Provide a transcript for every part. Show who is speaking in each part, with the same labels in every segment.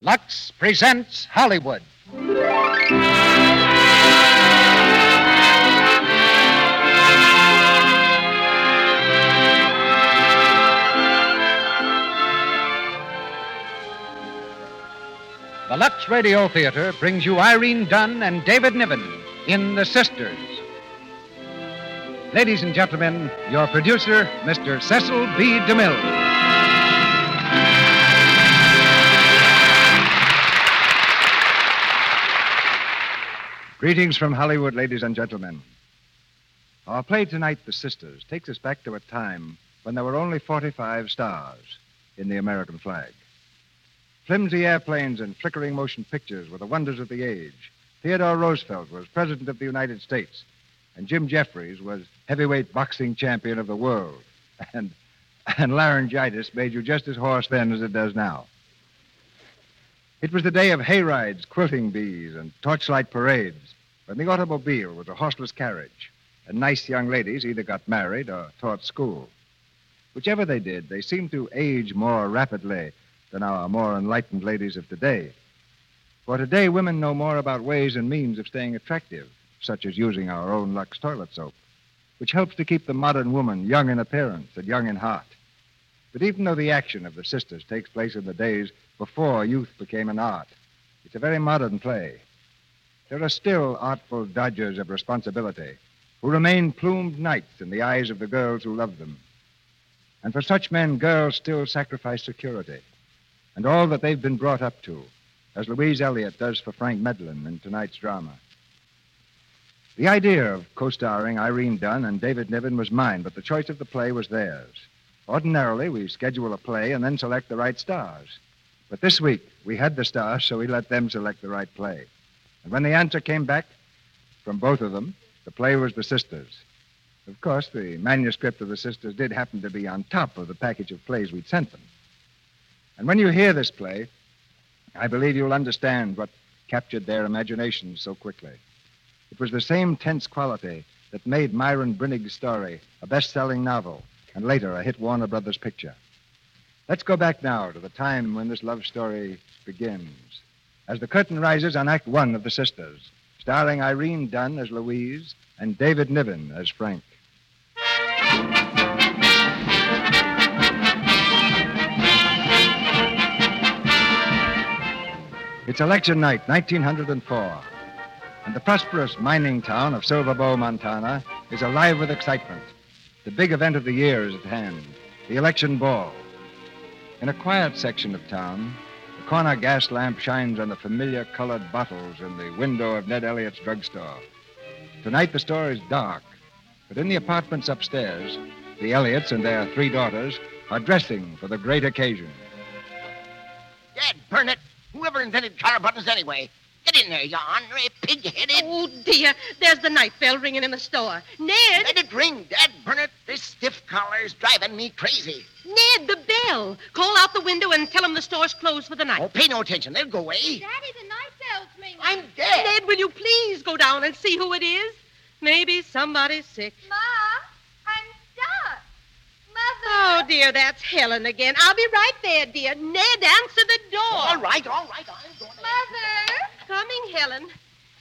Speaker 1: Lux presents Hollywood. The Lux Radio Theater brings you Irene Dunn and David Niven in The Sisters. Ladies and gentlemen, your producer, Mr. Cecil B. DeMille. Greetings from Hollywood, ladies and gentlemen. Our play tonight, The Sisters, takes us back to a time when there were only 45 stars in the American flag. Flimsy airplanes and flickering motion pictures were the wonders of the age. Theodore Roosevelt was President of the United States, and Jim Jeffries was heavyweight boxing champion of the world. And, and laryngitis made you just as hoarse then as it does now. It was the day of hayrides, quilting bees, and torchlight parades, when the automobile was a horseless carriage, and nice young ladies either got married or taught school. Whichever they did, they seemed to age more rapidly than our more enlightened ladies of today. For today, women know more about ways and means of staying attractive, such as using our own Lux toilet soap, which helps to keep the modern woman young in appearance and young in heart. But even though the action of the sisters takes place in the days before youth became an art, it's a very modern play. There are still artful dodgers of responsibility who remain plumed knights in the eyes of the girls who love them. And for such men, girls still sacrifice security and all that they've been brought up to, as Louise Elliott does for Frank Medlin in tonight's drama. The idea of co starring Irene Dunn and David Niven was mine, but the choice of the play was theirs. Ordinarily, we schedule a play and then select the right stars. But this week, we had the stars, so we let them select the right play. And when the answer came back from both of them, the play was The Sisters. Of course, the manuscript of The Sisters did happen to be on top of the package of plays we'd sent them. And when you hear this play, I believe you'll understand what captured their imaginations so quickly. It was the same tense quality that made Myron Brennig's story a best selling novel and later a hit Warner Brothers picture. Let's go back now to the time when this love story begins. As the curtain rises on Act One of The Sisters, starring Irene Dunn as Louise and David Niven as Frank. It's election night, 1904, and the prosperous mining town of Silver Bow, Montana, is alive with excitement. The big event of the year is at hand the election ball. In a quiet section of town, the corner gas lamp shines on the familiar colored bottles in the window of Ned Elliott's drugstore. Tonight, the store is dark, but in the apartments upstairs, the Elliots and their three daughters are dressing for the great occasion.
Speaker 2: Dad, burn it. Whoever invented collar buttons anyway? Get
Speaker 3: dinner, you ornery pig-headed.
Speaker 2: Oh, dear. There's the night bell ringing in the store. Ned,
Speaker 3: Let it ring, Dad. Burn it. This stiff collar's driving me crazy.
Speaker 2: Ned, the bell. Call out the window and tell them the store's closed for the night.
Speaker 3: Oh, pay no attention. They'll go away.
Speaker 4: Daddy, the night bell's ringing.
Speaker 3: I'm dead.
Speaker 2: Ned, will you please go down and see who it is? Maybe somebody's sick.
Speaker 4: Ma, I'm stuck.
Speaker 2: Oh,
Speaker 4: Mother.
Speaker 2: dear, that's Helen again. I'll be right there, dear. Ned, answer the door.
Speaker 3: All right, all right. I'm going to...
Speaker 4: Mother.
Speaker 2: Coming, Helen.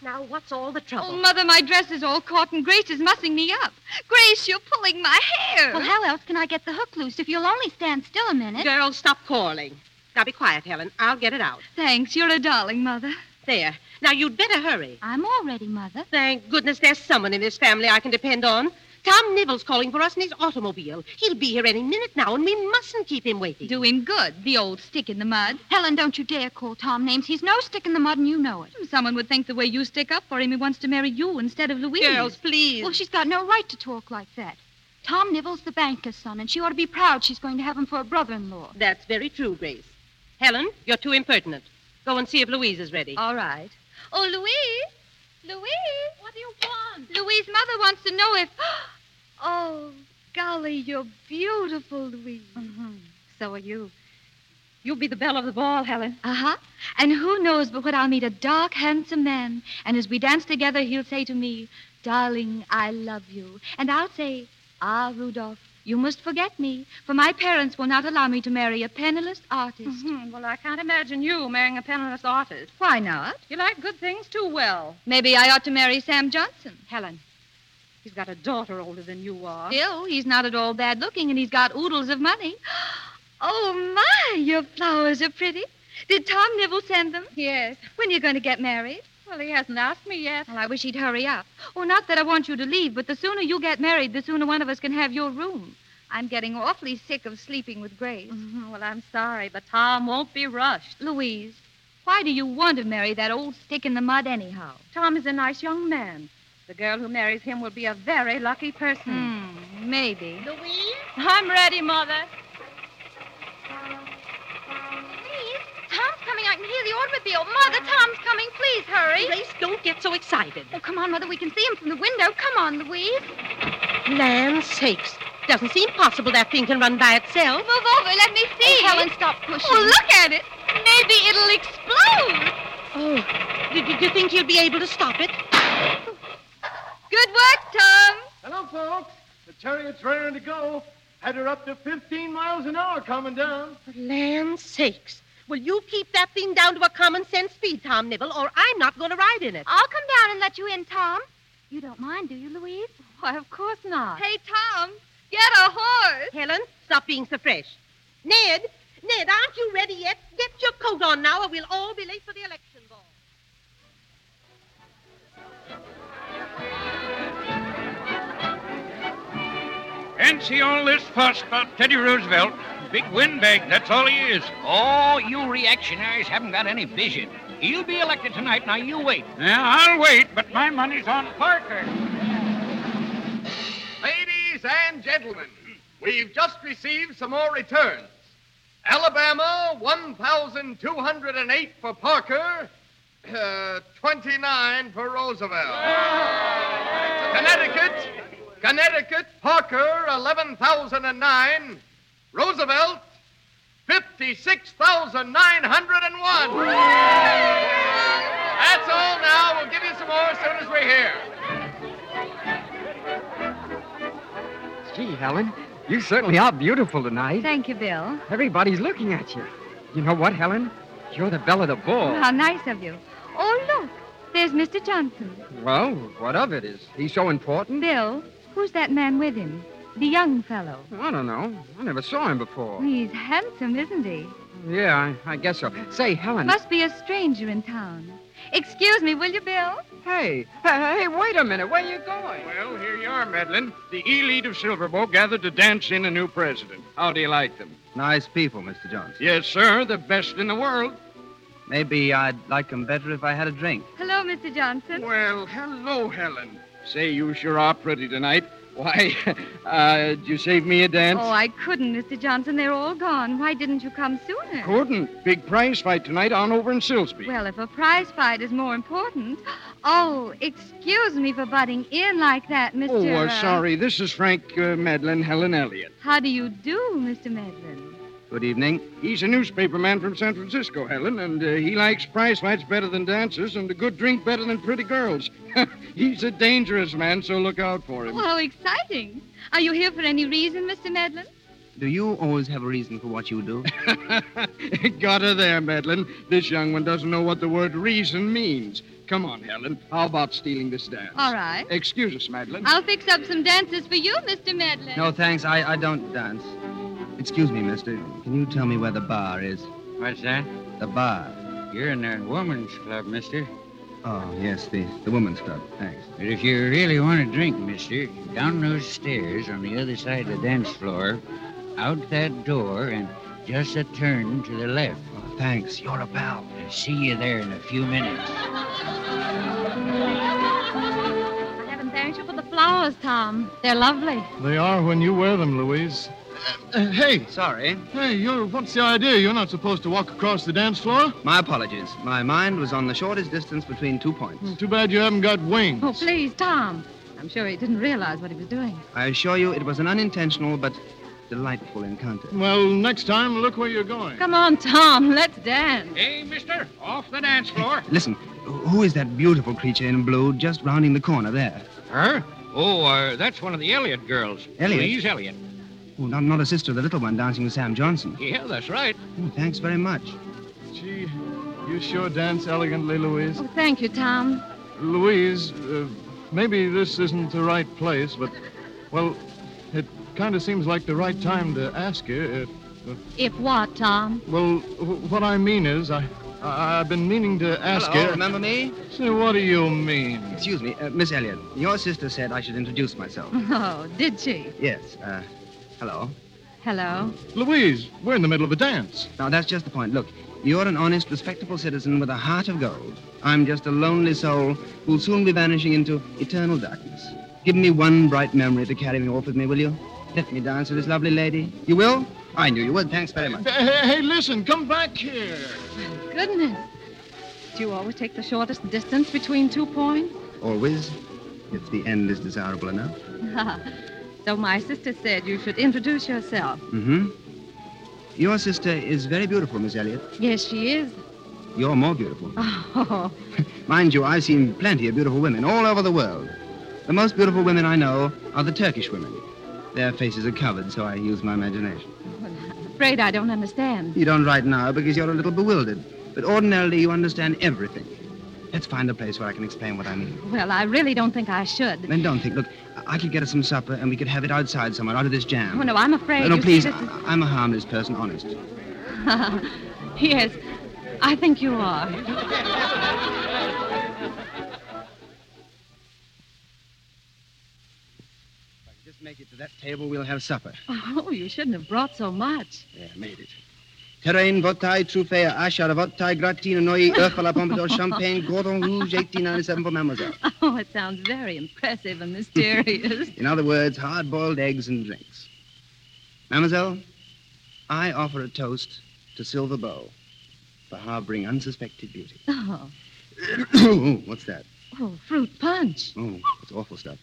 Speaker 2: Now, what's all the trouble?
Speaker 4: Oh, Mother, my dress is all caught, and Grace is mussing me up. Grace, you're pulling my hair.
Speaker 5: Well, how else can I get the hook loose if you'll only stand still a minute?
Speaker 2: Girl, stop quarreling. Now, be quiet, Helen. I'll get it out.
Speaker 4: Thanks. You're a darling, Mother.
Speaker 2: There. Now, you'd better hurry.
Speaker 5: I'm all ready, Mother.
Speaker 2: Thank goodness there's someone in this family I can depend on. Tom Nivel's calling for us in his automobile. He'll be here any minute now, and we mustn't keep him waiting.
Speaker 4: Doing good, the old stick in the mud.
Speaker 5: Helen, don't you dare call Tom names. He's no stick in the mud, and you know it.
Speaker 4: Hmm, Someone would think the way you stick up for him, he wants to marry you instead of Louise.
Speaker 2: Girls, please.
Speaker 5: Well, she's got no right to talk like that. Tom Nivel's the banker's son, and she ought to be proud she's going to have him for a brother in law.
Speaker 2: That's very true, Grace. Helen, you're too impertinent. Go and see if Louise is ready.
Speaker 4: All right. Oh, Louise. Louise. What do you want? Louise's mother wants to know if. Oh, golly, you're beautiful, Louise.
Speaker 5: Mm-hmm. So are you.
Speaker 4: You'll be the belle of the ball, Helen.
Speaker 5: Uh huh. And who knows but what I'll meet a dark, handsome man. And as we dance together, he'll say to me, Darling, I love you. And I'll say, Ah, Rudolph, you must forget me, for my parents will not allow me to marry a penniless artist.
Speaker 6: Mm-hmm.
Speaker 2: Well, I can't imagine you marrying a penniless artist.
Speaker 4: Why not?
Speaker 2: You like good things too well.
Speaker 4: Maybe I ought to marry Sam Johnson.
Speaker 2: Helen, he's got a daughter older than you are.
Speaker 4: Still, he's not at all bad looking, and he's got oodles of money. Oh, my, your flowers are pretty. Did Tom Nibble send them? Yes. When are you going to get married? Well, he hasn't asked me yet. Well, I wish he'd hurry up. Oh, not that I want you to leave, but the sooner you get married, the sooner one of us can have your room. I'm getting awfully sick of sleeping with Grace.
Speaker 2: Mm-hmm, Well, I'm sorry, but Tom won't be rushed.
Speaker 5: Louise, why do you want to marry that old stick in the mud, anyhow?
Speaker 2: Tom is a nice young man. The girl who marries him will be a very lucky person.
Speaker 5: Hmm, maybe.
Speaker 4: Louise?
Speaker 2: I'm ready, Mother.
Speaker 4: Louise? Tom's coming. I can hear the automobile. Mother, Tom's coming. Please hurry.
Speaker 2: Grace, don't get so excited.
Speaker 5: Oh, come on, Mother. We can see him from the window. Come on, Louise.
Speaker 2: Land sakes. Doesn't seem possible that thing can run by itself.
Speaker 4: Move over. Let me see.
Speaker 5: Oh, Helen, stop pushing.
Speaker 4: Oh, look at it. Maybe it'll explode.
Speaker 2: Oh, do, do you think he'll be able to stop it?
Speaker 4: Good work, Tom.
Speaker 7: Hello, folks. The chariot's raring to go. Had her up to 15 miles an hour coming down.
Speaker 2: Land sakes. Will you keep that thing down to a common sense speed, Tom Nibble, or I'm not going to ride in it?
Speaker 5: I'll come down and let you in, Tom. You don't mind, do you, Louise? Why, of course not.
Speaker 4: Hey, Tom, get a horse.
Speaker 2: Helen, stop being so fresh. Ned, Ned, aren't you ready yet? Get your coat on now, or we'll all be late for the election ball.
Speaker 8: And see all this fuss about Teddy Roosevelt. Big windbag, that's all he is.
Speaker 3: Oh, you reactionaries haven't got any vision. He'll be elected tonight. Now, you wait.
Speaker 8: Now, I'll wait, but my money's on Parker.
Speaker 7: Ladies and gentlemen, we've just received some more returns. Alabama, 1,208 for Parker, uh, 29 for Roosevelt. Connecticut, Connecticut, Parker, 11,009. Roosevelt, 56,901. That's all now. We'll give you some more as soon as we're here.
Speaker 9: Gee, Helen, you certainly are beautiful tonight.
Speaker 5: Thank you, Bill.
Speaker 9: Everybody's looking at you. You know what, Helen? You're the belle of the ball.
Speaker 5: How nice of you. Oh, look. There's Mr. Johnson.
Speaker 9: Well, what of it? Is he so important?
Speaker 5: Bill, who's that man with him? The young fellow.
Speaker 9: I don't know. I never saw him before.
Speaker 5: He's handsome, isn't he?
Speaker 9: Yeah, I, I guess so. Say, Helen.
Speaker 5: Must be a stranger in town. Excuse me, will you, Bill?
Speaker 9: Hey, hey, hey, wait a minute. Where are you going?
Speaker 7: Well, here you are, Madeline. The elite of Silverbow gathered to dance in a new president. How do you like them?
Speaker 9: Nice people, Mr. Johnson.
Speaker 7: Yes, sir, the best in the world.
Speaker 9: Maybe I'd like them better if I had a drink.
Speaker 5: Hello, Mr. Johnson.
Speaker 7: Well, hello, Helen. Say, you sure are pretty tonight.
Speaker 10: Why, uh, you saved me a dance?
Speaker 5: Oh, I couldn't, Mr. Johnson. They're all gone. Why didn't you come sooner?
Speaker 10: Couldn't. Big prize fight tonight on over in Silsby.
Speaker 5: Well, if a prize fight is more important. Oh, excuse me for butting in like that, Mr.
Speaker 10: oh, uh, sorry. This is Frank uh, Medlin, Helen Elliott.
Speaker 5: How do you do, Mr. Medlin?
Speaker 10: Good evening. He's a newspaperman from San Francisco, Helen, and uh, he likes prize fights better than dances and a good drink better than pretty girls. He's a dangerous man, so look out for him.
Speaker 5: Oh, how exciting. Are you here for any reason, Mr. Medlin?
Speaker 11: Do you always have a reason for what you do?
Speaker 10: Got her there, Medlin. This young one doesn't know what the word reason means. Come on, Helen. How about stealing this dance?
Speaker 11: Uh,
Speaker 5: All right.
Speaker 10: Excuse us, Madeline.
Speaker 5: I'll fix up some dances for you, Mr. Medlin.
Speaker 11: No, thanks. I, I don't dance. Excuse me, mister. Can you tell me where the bar is?
Speaker 8: What's that?
Speaker 11: The bar.
Speaker 8: You're in the woman's club, mister.
Speaker 11: Oh, yes, the, the woman's club. Thanks.
Speaker 8: But if you really want a drink, mister, down those stairs on the other side of the dance floor, out that door, and just a turn to the left.
Speaker 11: Oh, thanks. You're a pal.
Speaker 8: I'll see you there in a few minutes.
Speaker 6: I haven't thanked you for the flowers, Tom. They're lovely.
Speaker 3: They are when you wear them, Louise. Uh, hey.
Speaker 11: Sorry.
Speaker 3: Hey, you're. What's the idea? You're not supposed to walk across the dance floor.
Speaker 11: My apologies. My mind was on the shortest distance between two points.
Speaker 3: Mm, too bad you haven't got wings.
Speaker 6: Oh, please, Tom. I'm sure he didn't realize what he was doing.
Speaker 11: I assure you, it was an unintentional but delightful encounter.
Speaker 3: Well, next time, look where you're going.
Speaker 6: Come on, Tom. Let's dance.
Speaker 12: Hey, mister.
Speaker 10: Oh,
Speaker 12: Off the dance floor.
Speaker 11: Listen, who is that beautiful creature in blue just rounding the corner there?
Speaker 12: Her? Oh, uh, that's one of the Elliott girls.
Speaker 11: Elliott?
Speaker 12: Louise Elliott.
Speaker 11: Oh, not, not a sister, the little one dancing with Sam Johnson.
Speaker 12: Yeah, that's right.
Speaker 11: Oh, thanks very much.
Speaker 3: Gee, you sure dance elegantly, Louise.
Speaker 6: Oh, thank you, Tom.
Speaker 3: Louise, uh, maybe this isn't the right place, but, well, it kind of seems like the right time to ask you if. Uh,
Speaker 6: if what, Tom?
Speaker 3: Well, w- what I mean is, I, I, have been meaning to ask
Speaker 11: Hello,
Speaker 3: you.
Speaker 11: remember me?
Speaker 3: Say, what do you mean?
Speaker 11: Excuse me, uh, Miss Elliot. Your sister said I should introduce myself.
Speaker 6: Oh, did she?
Speaker 11: Yes. Uh, Hello.
Speaker 6: Hello.
Speaker 3: Louise, we're in the middle of a dance.
Speaker 11: Now, that's just the point. Look, you're an honest, respectable citizen with a heart of gold. I'm just a lonely soul who'll soon be vanishing into eternal darkness. Give me one bright memory to carry me off with me, will you? Let me dance with this lovely lady. You will? I knew you would. Thanks very much.
Speaker 3: Hey, hey listen, come back here.
Speaker 6: Oh, goodness. Do you always take the shortest distance between two points?
Speaker 11: Always, if the end is desirable enough.
Speaker 6: So my sister said you should introduce yourself.
Speaker 11: Mm-hmm. Your sister is very beautiful, Miss Elliot.
Speaker 6: Yes, she is.
Speaker 11: You're more beautiful.
Speaker 6: Oh.
Speaker 11: Mind you, I've seen plenty of beautiful women all over the world. The most beautiful women I know are the Turkish women. Their faces are covered, so I use my imagination.
Speaker 6: Well, I'm afraid I don't understand.
Speaker 11: You don't right now because you're a little bewildered. But ordinarily, you understand everything. Let's find a place where I can explain what I mean.
Speaker 6: Well, I really don't think I should.
Speaker 11: Then don't think. Look, I could get us some supper and we could have it outside somewhere, out of this jam.
Speaker 6: Oh, no, I'm afraid.
Speaker 11: No, no
Speaker 6: you
Speaker 11: please.
Speaker 6: see, this is-
Speaker 11: I- am a harmless person, honest.
Speaker 6: yes, I think you are.
Speaker 11: Just make it to that table, we'll have supper.
Speaker 6: Oh, you shouldn't have brought so much.
Speaker 11: There, made it. Terrain, vodka, truffea, ashar, vodka, gratin, noi, œuf à la pomme d'or, champagne, cordon rouge, 1897 for mademoiselle.
Speaker 6: Oh, it sounds very impressive and mysterious.
Speaker 11: In other words, hard boiled eggs and drinks. Mademoiselle, I offer a toast to Silver Bow for harboring unsuspected beauty.
Speaker 6: oh,
Speaker 11: Ooh, What's that?
Speaker 6: oh, fruit punch.
Speaker 11: Oh, it's awful stuff.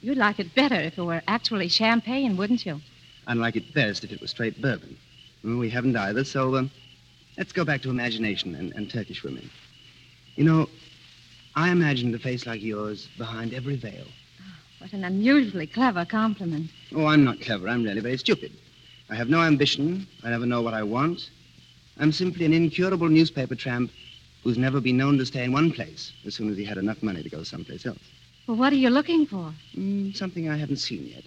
Speaker 6: You'd like it better if it were actually champagne, wouldn't you?
Speaker 11: I'd like it best if it was straight bourbon. Well, we haven't either, so um, let's go back to imagination and, and Turkish women. You know, I imagined a face like yours behind every veil.
Speaker 6: What an unusually clever compliment.
Speaker 11: Oh, I'm not clever. I'm really very stupid. I have no ambition. I never know what I want. I'm simply an incurable newspaper tramp who's never been known to stay in one place as soon as he had enough money to go someplace else.
Speaker 6: Well, what are you looking for?
Speaker 11: Mm, something I haven't seen yet.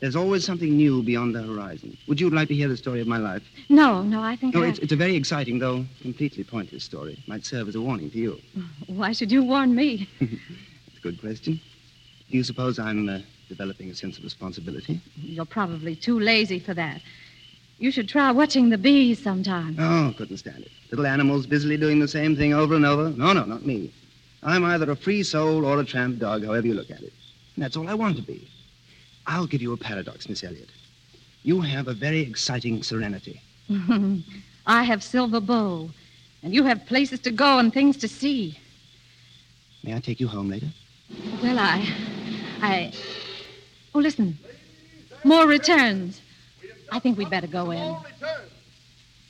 Speaker 11: There's always something new beyond the horizon. Would you like to hear the story of my life?
Speaker 6: No, no, I think
Speaker 11: No,
Speaker 6: I...
Speaker 11: it's, it's a very exciting, though completely pointless story. Might serve as a warning to you.
Speaker 6: Why should you warn me?
Speaker 11: It's a good question. Do you suppose I'm uh, developing a sense of responsibility?
Speaker 6: You're probably too lazy for that. You should try watching the bees sometime.
Speaker 11: Oh, couldn't stand it. Little animals busily doing the same thing over and over. No, no, not me. I'm either a free soul or a tramp dog, however you look at it. And that's all I want to be. I'll give you a paradox, Miss Elliot. You have a very exciting serenity.
Speaker 6: I have Silver Bow, and you have places to go and things to see.
Speaker 11: May I take you home later?
Speaker 6: Well, I. I. Oh, listen. More returns. I think we'd better go in.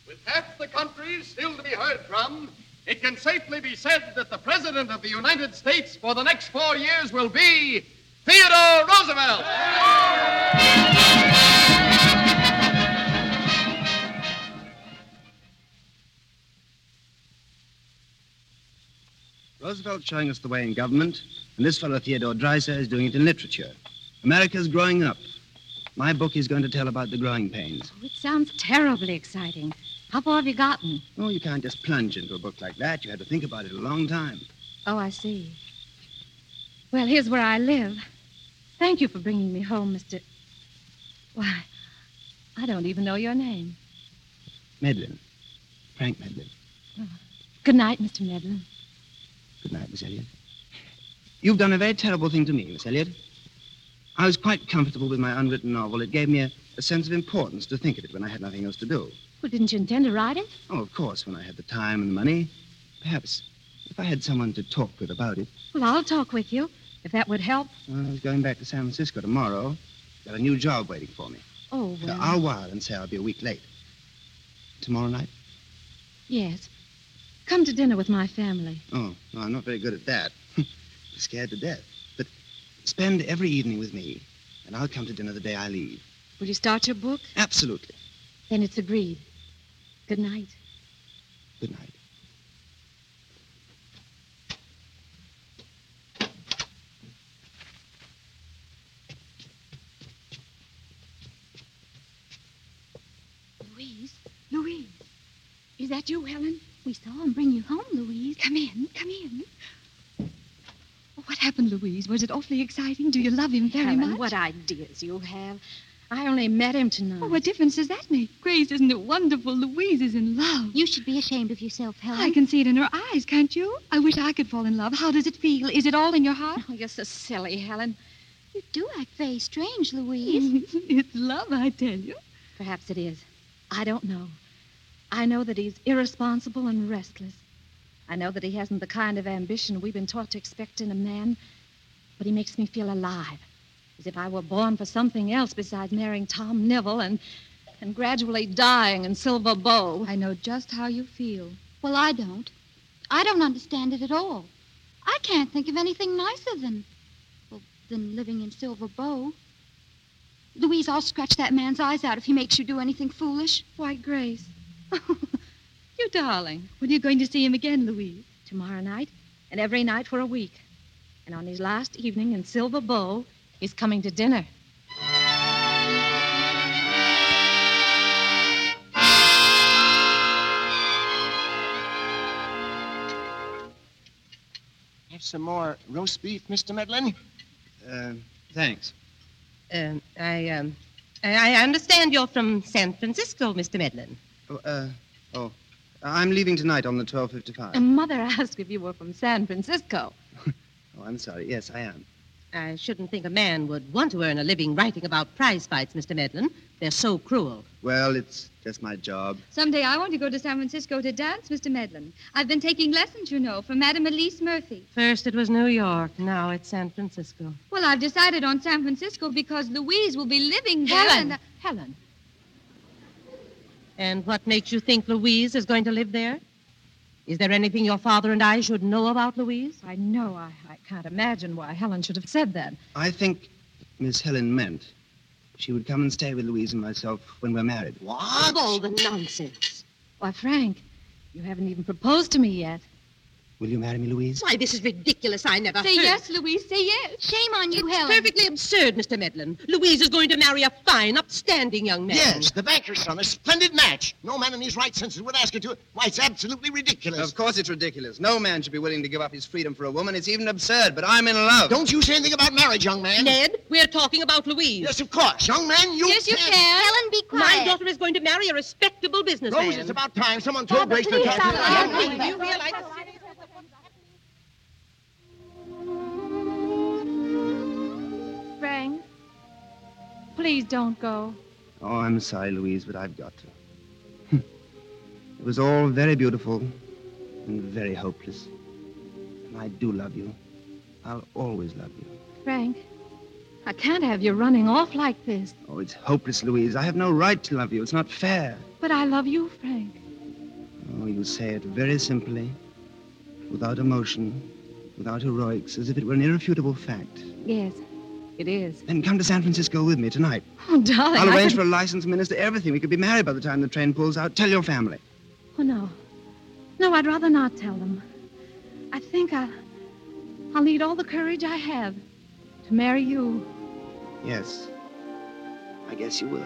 Speaker 7: With half the country still to be heard from, it can safely be said that the President of the United States for the next four years will be Theodore Roosevelt.
Speaker 11: Roosevelt's showing us the way in government, and this fellow Theodore Dreiser is doing it in literature. America's growing up. My book is going to tell about the growing pains.
Speaker 6: It sounds terribly exciting. How far have you gotten?
Speaker 11: Oh, you can't just plunge into a book like that. You had to think about it a long time.
Speaker 6: Oh, I see. Well, here's where I live. Thank you for bringing me home, Mr. Why, I don't even know your name.
Speaker 11: Medlin. Frank Medlin.
Speaker 6: Good night, Mr. Medlin.
Speaker 11: Good night, Miss Elliot. You've done a very terrible thing to me, Miss Elliot. I was quite comfortable with my unwritten novel. It gave me a, a sense of importance to think of it when I had nothing else to do.
Speaker 6: Well, didn't you intend to write it?
Speaker 11: Oh, of course, when I had the time and the money. Perhaps if I had someone to talk with about it.
Speaker 6: Well, I'll talk with you, if that would help.
Speaker 11: Well, I was going back to San Francisco tomorrow. Got a new job waiting for me.
Speaker 6: Oh, well.
Speaker 11: I'll wire and say I'll be a week late. Tomorrow night?
Speaker 6: Yes. Come to dinner with my family.
Speaker 11: Oh, no, I'm not very good at that. Scared to death. But spend every evening with me, and I'll come to dinner the day I leave.
Speaker 6: Will you start your book?
Speaker 11: Absolutely.
Speaker 6: Then it's agreed. Good night.
Speaker 11: Good night.
Speaker 13: Louise, Louise. Is that you, Helen? We saw him bring you home, Louise. Come in, come in. Oh, what happened, Louise? Was it awfully exciting? Do you love him very
Speaker 6: Helen,
Speaker 13: much?
Speaker 6: what ideas you have. I only met him tonight.
Speaker 13: Oh, what difference does that make? Grace, isn't it wonderful? Louise is in love.
Speaker 14: You should be ashamed of yourself, Helen.
Speaker 13: I can see it in her eyes, can't you? I wish I could fall in love. How does it feel? Is it all in your heart?
Speaker 6: Oh, you're so silly, Helen.
Speaker 14: You do act very strange, Louise.
Speaker 13: it's love, I tell you.
Speaker 6: Perhaps it is. I don't know. I know that he's irresponsible and restless. I know that he hasn't the kind of ambition we've been taught to expect in a man, but he makes me feel alive, as if I were born for something else besides marrying Tom Neville and, and gradually dying in Silver Bow.
Speaker 13: I know just how you feel.
Speaker 14: Well, I don't. I don't understand it at all. I can't think of anything nicer than, well, than living in Silver Bow. Louise, I'll scratch that man's eyes out if he makes you do anything foolish.
Speaker 6: Why, Grace. you darling.
Speaker 13: When are you going to see him again, Louise?
Speaker 6: Tomorrow night, and every night for a week. And on his last evening in Silver Bow, he's coming to dinner.
Speaker 3: Have some more roast beef, Mr. Medlin?
Speaker 11: Uh, thanks.
Speaker 2: Um, I, um, I I understand you're from San Francisco, Mr. Medlin.
Speaker 11: Oh, uh, oh. I'm leaving tonight on the 12.55.
Speaker 2: Um,
Speaker 6: And Mother asked if you were from San Francisco.
Speaker 11: Oh, I'm sorry. Yes, I am.
Speaker 2: I shouldn't think a man would want to earn a living writing about prize fights, Mr. Medlin. They're so cruel.
Speaker 11: Well, it's just my job.
Speaker 13: Someday I want to go to San Francisco to dance, Mr. Medlin. I've been taking lessons, you know, from Madame Elise Murphy.
Speaker 2: First it was New York, now it's San Francisco.
Speaker 13: Well, I've decided on San Francisco because Louise will be living there.
Speaker 2: Helen,
Speaker 13: and-
Speaker 2: Helen. And what makes you think Louise is going to live there? Is there anything your father and I should know about Louise?
Speaker 6: I know. I, I can't imagine why Helen should have said that.
Speaker 11: I think Miss Helen meant she would come and stay with Louise and myself when we're married.
Speaker 2: Ah,
Speaker 6: What? All the nonsense. Why, Frank, you haven't even proposed to me yet.
Speaker 11: Will you marry me, Louise?
Speaker 2: Why, this is ridiculous. I never
Speaker 13: Say
Speaker 2: heard.
Speaker 13: yes, Louise, say yes.
Speaker 14: Shame on you,
Speaker 2: It's
Speaker 14: Helen.
Speaker 2: perfectly absurd, Mr. Medlin. Louise is going to marry a fine, upstanding young man.
Speaker 3: Yes, the banker's son. A splendid match. No man in his right senses would ask her to. Why, it's absolutely ridiculous.
Speaker 11: Of course it's ridiculous. No man should be willing to give up his freedom for a woman. It's even absurd, but I'm in love.
Speaker 3: Don't you say anything about marriage, young man.
Speaker 2: Ned, we're talking about Louise.
Speaker 3: Yes, of course. Young man, you.
Speaker 2: Yes, you
Speaker 3: can't-
Speaker 2: can.
Speaker 14: Helen, be
Speaker 2: My
Speaker 14: quiet.
Speaker 2: daughter is going to marry a respectable businessman.
Speaker 3: Rose, it's about time someone told Grace the
Speaker 2: please,
Speaker 3: time.
Speaker 2: Papa, Helen, please, you realize-
Speaker 13: Frank, Please don't go.
Speaker 11: Oh, I'm sorry, Louise, but I've got to. Hmm. it was all very beautiful and very hopeless. And I do love you. I'll always love you.
Speaker 6: Frank, I can't have you running off like this.
Speaker 11: Oh, it's hopeless, Louise. I have no right to love you. It's not fair.
Speaker 6: But I love you, Frank.
Speaker 11: Oh, you say it very simply, without emotion, without heroics, as if it were an irrefutable fact.
Speaker 6: Yes, it is.
Speaker 11: Then come to San Francisco with me tonight.
Speaker 6: Oh, darling.
Speaker 11: I'll
Speaker 6: I
Speaker 11: arrange
Speaker 6: could-
Speaker 11: for a license, minister, everything. We could be married by the time the train pulls out. Tell your family.
Speaker 6: Oh, no. No, I'd rather not tell them. I think I'll, I'll need all the courage I have to marry you.
Speaker 11: Yes. I guess you will.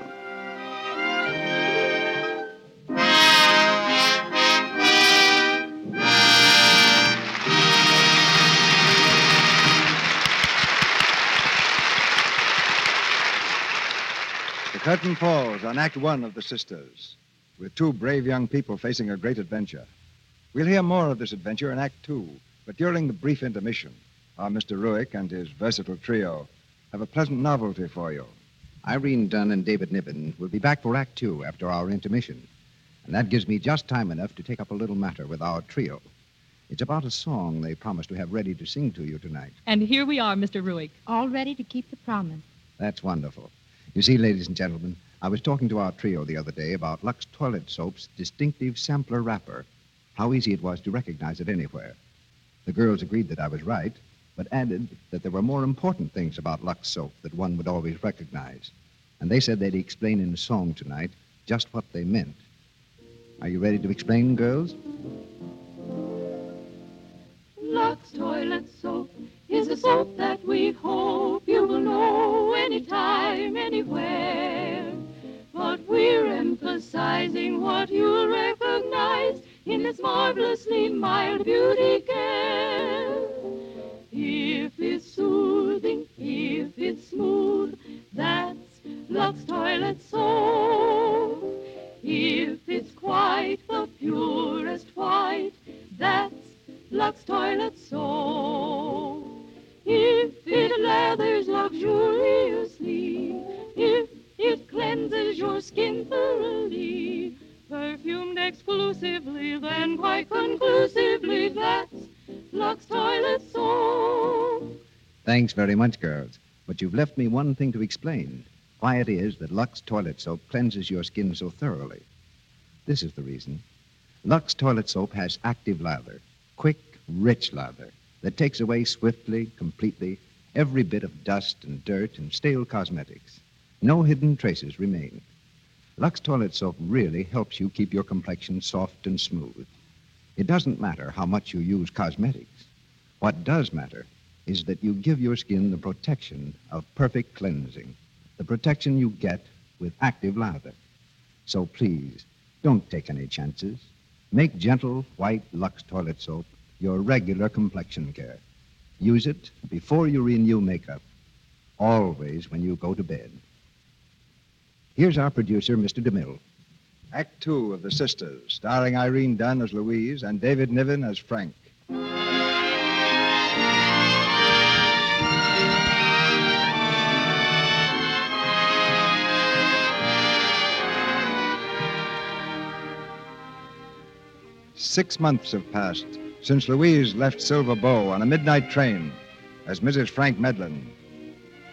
Speaker 1: The curtain falls on Act One of The Sisters, with two brave young people facing a great adventure. We'll hear more of this adventure in Act Two, but during the brief intermission, our Mr. Ruick and his versatile trio have a pleasant novelty for you.
Speaker 15: Irene Dunn and David Niven will be back for Act Two after our intermission. And that gives me just time enough to take up a little matter with our trio. It's about a song they promised to have ready to sing to you tonight.
Speaker 16: And here we are, Mr. Ruick.
Speaker 17: All ready to keep the promise.
Speaker 15: That's wonderful. You see, ladies and gentlemen, I was talking to our trio the other day about Lux Toilet Soap's distinctive sampler wrapper, how easy it was to recognize it anywhere. The girls agreed that I was right, but added that there were more important things about Lux soap that one would always recognize. And they said they'd explain in song tonight just what they meant. Are you ready to explain, girls?
Speaker 4: Lux toilet soap is a soap that we hope you will know anytime, anywhere. But we're emphasizing what you'll recognize in this marvelously mild beauty care. If it's soothing, if it's smooth, that's Lux toilet soap. If it's quite the purest white, that's Lux toilet soap. If it lathers luxuriously, if it cleanses your skin thoroughly, perfumed exclusively, then quite conclusively, that's Lux toilet soap.
Speaker 15: Thanks very much, girls. But you've left me one thing to explain why it is that Lux toilet soap cleanses your skin so thoroughly. This is the reason Lux toilet soap has active lather, quick, rich lather that takes away swiftly, completely, every bit of dust and dirt and stale cosmetics. No hidden traces remain. Lux toilet soap really helps you keep your complexion soft and smooth. It doesn't matter how much you use cosmetics. What does matter is that you give your skin the protection of perfect cleansing, the protection you get with active lather. So please, don't take any chances. Make gentle white Lux toilet soap your regular complexion care. Use it before you renew makeup, always when you go to bed. Here's our producer, Mr. DeMille.
Speaker 1: Act Two of The Sisters, starring Irene Dunn as Louise and David Niven as Frank. Six months have passed since Louise left Silver Bow on a midnight train as Mrs. Frank Medlin.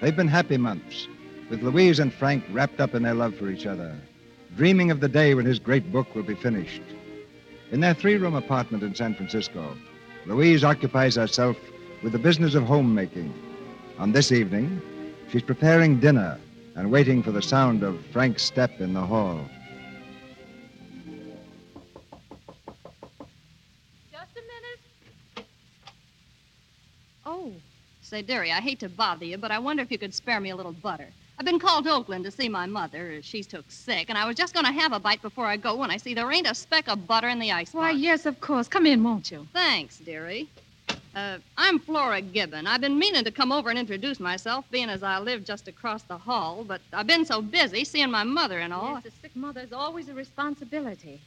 Speaker 1: They've been happy months, with Louise and Frank wrapped up in their love for each other, dreaming of the day when his great book will be finished. In their three room apartment in San Francisco, Louise occupies herself with the business of homemaking. On this evening, she's preparing dinner and waiting for the sound of Frank's step in the hall.
Speaker 17: Just a minute.
Speaker 18: Oh, say, dearie, I hate to bother you, but I wonder if you could spare me a little butter. I've been called to Oakland to see my mother. She's took sick, and I was just going to have a bite before I go when I see there ain't a speck of butter in the ice.
Speaker 6: Why, yes, of course. Come in, won't you?
Speaker 18: Thanks, dearie. Uh, I'm Flora Gibbon. I've been meaning to come over and introduce myself, being as I live just across the hall, but I've been so busy seeing my mother and all.
Speaker 6: Yes, a sick mother's always a responsibility.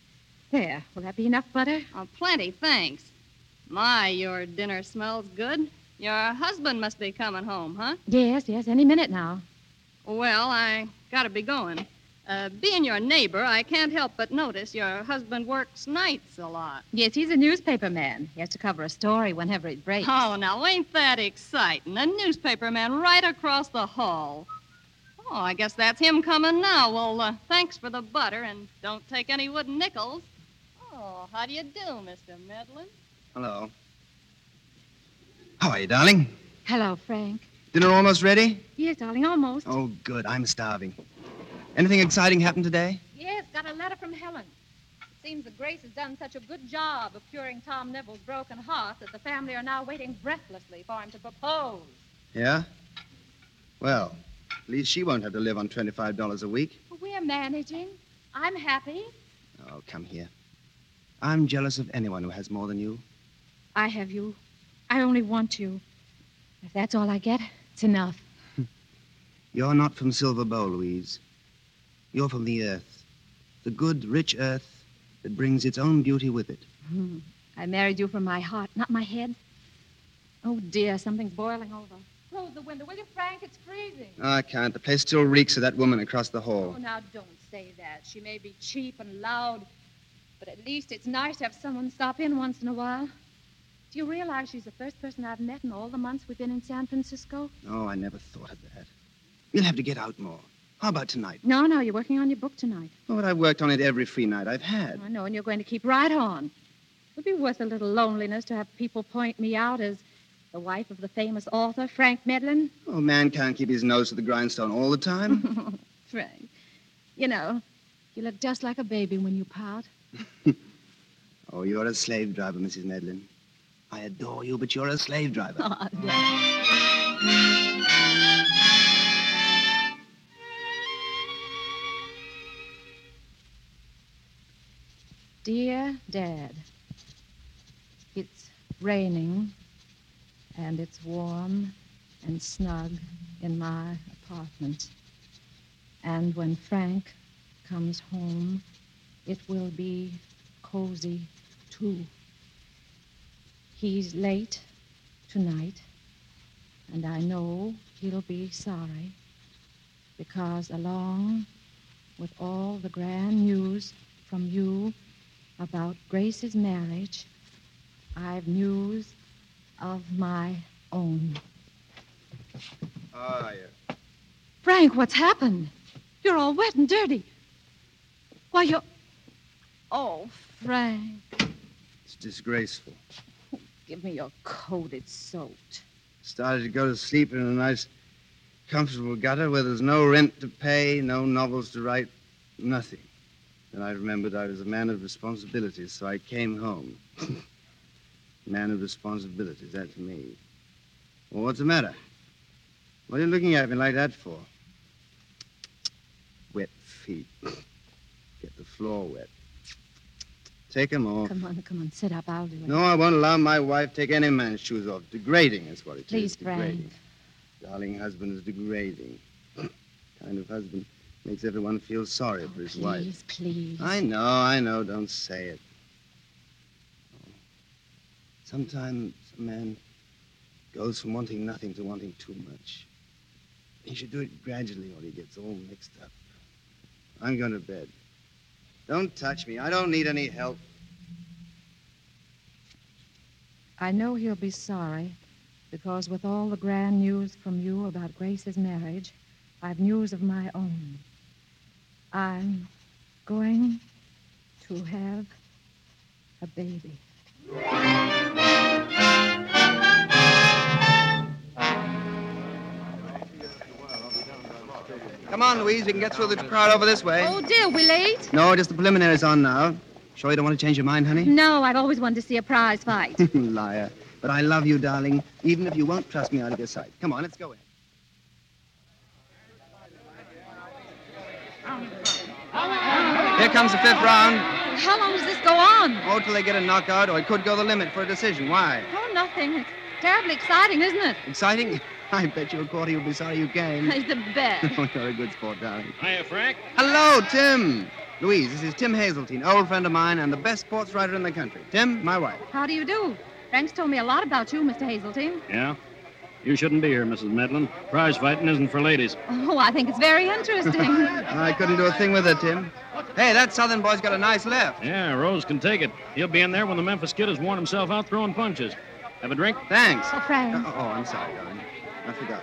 Speaker 6: There. Will that be enough butter?
Speaker 18: Oh, plenty, thanks. My, your dinner smells good. Your husband must be coming home, huh?
Speaker 6: Yes, yes, any minute now.
Speaker 18: Well, I gotta be going. Uh, being your neighbor, I can't help but notice your husband works nights a lot.
Speaker 6: Yes, he's a newspaper man. He has to cover a story whenever it breaks.
Speaker 18: Oh, now ain't that exciting? A newspaper man right across the hall. Oh, I guess that's him coming now. Well, uh, thanks for the butter, and don't take any wooden nickels. Oh, how do you do, Mr. Medlin?
Speaker 11: Hello. How are you, darling?
Speaker 6: Hello, Frank.
Speaker 11: Dinner almost ready?
Speaker 6: Yes, darling, almost.
Speaker 11: Oh, good. I'm starving. Anything exciting happened today?
Speaker 16: Yes, got a letter from Helen. Seems that Grace has done such a good job of curing Tom Neville's broken heart that the family are now waiting breathlessly for him to propose.
Speaker 11: Yeah? Well, at least she won't have to live on $25 a week.
Speaker 16: We're managing. I'm happy.
Speaker 11: Oh, come here. I'm jealous of anyone who has more than you.
Speaker 6: I have you. I only want you. If that's all I get, it's enough.
Speaker 11: You're not from Silver Bowl, Louise. You're from the earth. The good, rich earth that brings its own beauty with it.
Speaker 6: Hmm. I married you from my heart, not my head. Oh, dear, something's boiling over.
Speaker 16: Close the window, will you, Frank? It's freezing.
Speaker 11: I can't. The place still reeks of that woman across the
Speaker 16: Oh,
Speaker 11: hall.
Speaker 16: now don't say that. She may be cheap and loud, but at least it's nice to have someone stop in once in a while.
Speaker 6: Do you realize she's the first person I've met in all the months we've been in San Francisco?
Speaker 11: Oh, I never thought of that. We'll have to get out more. How about tonight?
Speaker 6: No, no, you're working on your book tonight.
Speaker 11: Oh, but I've worked on it every free night I've had.
Speaker 6: I know, and you're going to keep right on. It would be worth a little loneliness to have people point me out as the wife of the famous author, Frank Medlin.
Speaker 11: Oh, man can't keep his nose to the grindstone all the time.
Speaker 6: Frank, you know, you look just like a baby when you pout.
Speaker 11: oh, you're a slave driver, Mrs. Medlin. I adore you, but you're a slave driver.
Speaker 6: Dear Dad, it's raining and it's warm and snug in my apartment. And when Frank comes home, it will be cozy too. He's late tonight, and I know he'll be sorry because, along with all the grand news from you about Grace's marriage, I've news of my own.
Speaker 11: Ah, yeah.
Speaker 6: Frank, what's happened? You're all wet and dirty. Why, you're. Oh, Frank,
Speaker 11: It's disgraceful.
Speaker 6: give me your coat. It's soaked.
Speaker 11: Started to go to sleep in a nice, comfortable gutter where there's no rent to pay, no novels to write, nothing. Then I remembered I was a man of responsibilities, so I came home. man of responsibilities, that's me. Well, what's the matter? What are you looking at me like that for? Wet feet. Get the floor wet. Take 'em off.
Speaker 6: Come on, come on, sit up. I'll do it.
Speaker 11: Oh. No, I won't allow my wife to take any man's shoes off. Degrading is what it is.
Speaker 6: Please, Frank.
Speaker 11: Degrading. Darling husband is degrading. kind of husband makes everyone feel sorry for his wife.
Speaker 6: Please, please.
Speaker 11: I know, I know. Don't say it. Sometimes a man goes from wanting nothing to wanting too much. He should do it gradually or he gets all mixed up. I'm going to bed. Don't touch me. I don't need any help.
Speaker 6: I know he'll be sorry because, with all the grand news from you about Grace's marriage, I've news of my own. I'm going to have a baby.
Speaker 11: Come on, Louise. We can get through the crowd over this way.
Speaker 6: Oh, dear, we late?
Speaker 11: No, just the preliminaries on now. Sure you don't want to change your mind, honey?
Speaker 6: No, I've always wanted to see a prize fight.
Speaker 11: Liar. But I love you, darling, even if you won't trust me out of your sight. Come on, let's go in. Here comes the fifth round.
Speaker 6: How long does this go on?
Speaker 11: Oh, till they get a knockout, or it could go the limit for a decision. Why?
Speaker 6: Oh, nothing. It's terribly exciting, isn't it?
Speaker 11: Exciting? I bet you a quarter you'll be sorry you came.
Speaker 6: It's the best.
Speaker 11: Oh, you're a good sport, darling.
Speaker 19: Hiya, Frank.
Speaker 11: Hello, Tim. Louise, this is Tim Hazeltine, old friend of mine and the best sports writer in the country. Tim, my wife.
Speaker 6: How do you do? Frank's told me a lot about you, Mr. Hazeltine.
Speaker 19: Yeah?
Speaker 20: You shouldn't be here, Mrs. Medlin. Prize fighting isn't for ladies.
Speaker 5: Oh, I think it's very interesting.
Speaker 11: I couldn't do a thing with it, Tim. Hey, that Southern boy's got a nice left.
Speaker 20: Yeah, Rose can take it. He'll be in there when the Memphis kid has worn himself out throwing punches. Have a drink?
Speaker 11: Thanks.
Speaker 5: Oh, Frank.
Speaker 11: Oh, I'm sorry, darling. I forgot.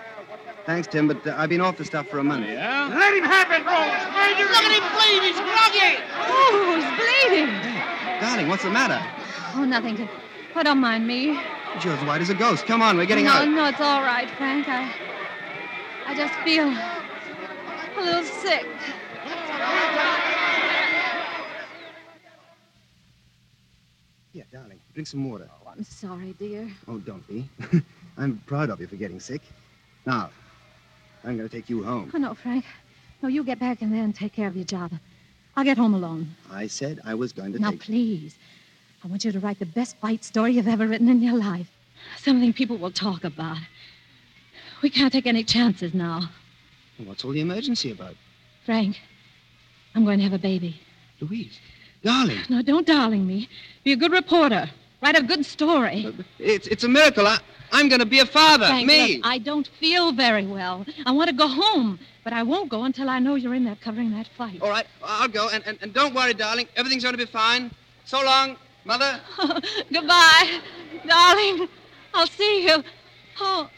Speaker 11: Thanks, Tim, but uh, I've been off the stuff for a month.
Speaker 20: Yeah?
Speaker 21: Let him have it, Rose. Look at him bleed. He's groggy.
Speaker 5: Oh, he's bleeding.
Speaker 11: Darling, what's the matter?
Speaker 5: Oh, nothing. Tim. Oh, don't mind me.
Speaker 11: You're as white as a ghost. Come on, we're getting
Speaker 5: no,
Speaker 11: out.
Speaker 5: No, it's all right, Frank. I, I just feel a little sick.
Speaker 15: Here, darling, drink some water.
Speaker 11: Oh,
Speaker 6: I'm sorry, dear.
Speaker 15: Oh, don't be. I'm proud of you for getting sick. Now, I'm going to take you home.
Speaker 6: Oh, no, Frank. No, you get back in there and take care of your job. I'll get home alone.
Speaker 15: I said I was going to
Speaker 6: Now,
Speaker 15: take
Speaker 6: please. I want you to write the best fight story you've ever written in your life. Something people will talk about. We can't take any chances now.
Speaker 15: What's all the emergency about?
Speaker 6: Frank, I'm going to have a baby.
Speaker 15: Louise, darling.
Speaker 6: No, don't darling me. Be a good reporter. Write a good story.
Speaker 11: It's, it's a miracle. I, I'm going to be a father.
Speaker 6: Frank,
Speaker 11: Me.
Speaker 6: look, I don't feel very well. I want to go home, but I won't go until I know you're in there covering that fight.
Speaker 11: All right, I'll go. And, and, and don't worry, darling. Everything's going to be fine. So long, Mother.
Speaker 5: Goodbye, darling. I'll see you. Oh,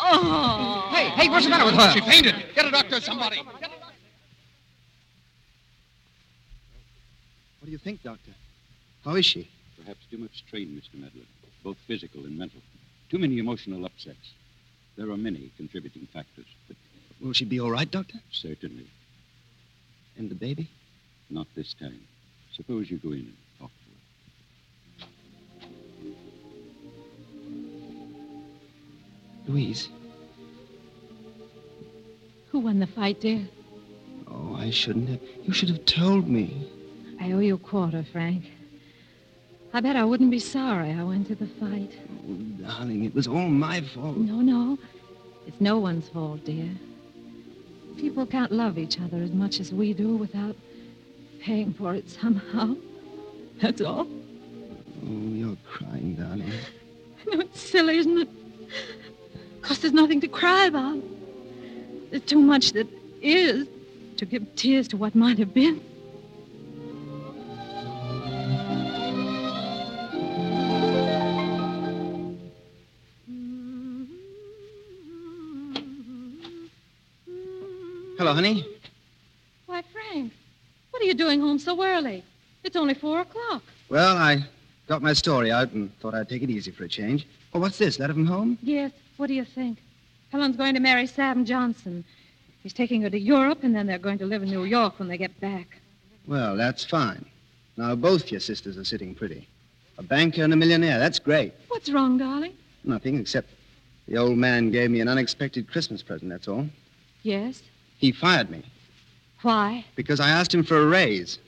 Speaker 5: oh.
Speaker 3: Hey, hey, what's the matter with her?
Speaker 21: She fainted. Get a doctor, somebody.
Speaker 15: What do you think, Doctor? How is she?
Speaker 22: Perhaps too much strain, Mr. Medlin, both physical and mental. Too many emotional upsets. There are many contributing factors, but
Speaker 15: Will she be all right, Doctor?
Speaker 22: certainly
Speaker 15: And the baby?
Speaker 22: not this time. Suppose you go in and talk to her.
Speaker 15: Louise.
Speaker 6: Who won the fight, dear?
Speaker 15: Oh, I shouldn't have. You should have told me.
Speaker 6: I owe you a quarter, Frank. I bet I wouldn't be sorry I went to the fight.
Speaker 15: Oh, darling, it was all my fault.
Speaker 6: No, no. It's no one's fault, dear. People can't love each other as much as we do without paying for it somehow. That's all.
Speaker 15: Oh, you're crying, darling.
Speaker 6: I know it's silly, isn't it? Of course, there's nothing to cry about. There's too much that is to give tears to what might have been.
Speaker 11: Hello, honey.
Speaker 5: Why, Frank, what are you doing home so early? It's only four o'clock.
Speaker 11: Well, I got my story out and thought I'd take it easy for a change. Oh, what's this? Letter from home?
Speaker 6: Yes, what do you think? Helen's going to marry Sam Johnson. He's taking her to Europe, and then they're going to live in New York when they get back.
Speaker 11: Well, that's fine. Now, both your sisters are sitting pretty. A banker and a millionaire. That's great.
Speaker 6: What's wrong, darling?
Speaker 11: Nothing except the old man gave me an unexpected Christmas present, that's all.
Speaker 6: Yes.
Speaker 11: He fired me
Speaker 6: Why?
Speaker 11: because I asked him for a raise.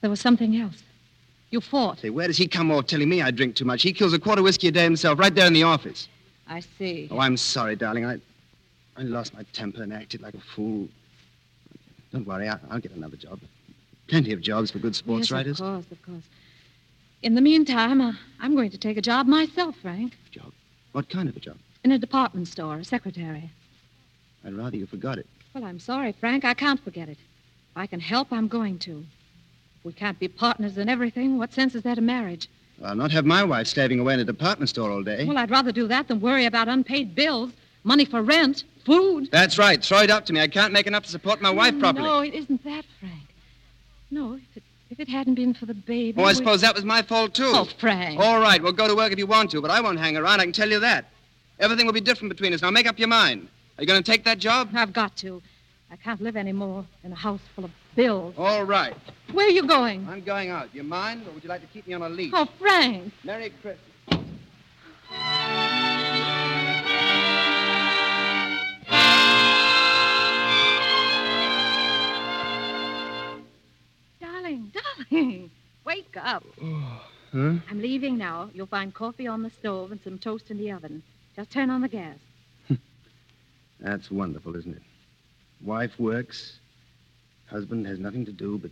Speaker 6: There was something else. You fought.
Speaker 11: Say, where does he come off telling me I drink too much? He kills a quarter whiskey a day himself right there in the office.
Speaker 6: I see.
Speaker 11: Oh, I'm sorry, darling. I, I lost my temper and acted like a fool. Don't worry, I, I'll get another job. Plenty of jobs for good sports
Speaker 6: yes,
Speaker 11: writers.
Speaker 6: Of course, of course. In the meantime, I, I'm going to take a job myself, Frank,
Speaker 11: What kind of a job?
Speaker 6: in a department store, a secretary.
Speaker 11: I'd rather you forgot it.
Speaker 6: Well, I'm sorry, Frank. I can't forget it. If I can help, I'm going to. If we can't be partners in everything, what sense is there to marriage?
Speaker 11: I'll not have my wife slaving away in a department store all day.
Speaker 6: Well, I'd rather do that than worry about unpaid bills, money for rent, food.
Speaker 11: That's right. Throw it up to me. I can't make enough to support my wife properly.
Speaker 6: Mm, No, it isn't that, Frank. No, if it, if it hadn't been for the baby.
Speaker 11: Oh, I
Speaker 6: we-
Speaker 11: suppose that was my fault, too.
Speaker 6: Oh, Frank.
Speaker 11: All right, well, go to work if you want to, but I won't hang around. I can tell you that. Everything will be different between us. Now, make up your mind. Are you going to take that job?
Speaker 6: I've got to. I can't live any more in a house full of bills.
Speaker 11: All right.
Speaker 6: Where are you going?
Speaker 11: I'm going out. Do you mind, or would you like to keep me on a leash?
Speaker 6: Oh, Frank.
Speaker 11: Merry Christmas.
Speaker 5: Darling, darling, wake up.
Speaker 11: Huh?
Speaker 6: I'm leaving now. You'll find coffee on the stove and some toast in the oven. Just turn on the gas.
Speaker 11: That's wonderful, isn't it? Wife works. Husband has nothing to do but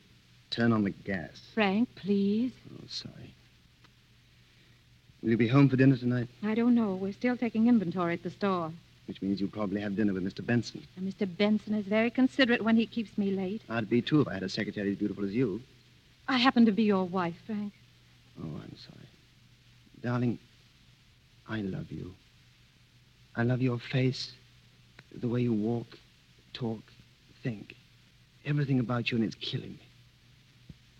Speaker 11: turn on the gas.
Speaker 6: Frank, please.
Speaker 11: Oh, sorry. Will you be home for dinner tonight?
Speaker 6: I don't know. We're still taking inventory at the store.
Speaker 11: Which means you'll probably have dinner with Mr. Benson.
Speaker 6: And Mr. Benson is very considerate when he keeps me late.
Speaker 11: I'd be too if I had a secretary as beautiful as you.
Speaker 6: I happen to be your wife, Frank.
Speaker 11: Oh, I'm sorry. Darling, I love you. I love your face, the way you walk, talk, think. Everything about you, and it's killing me.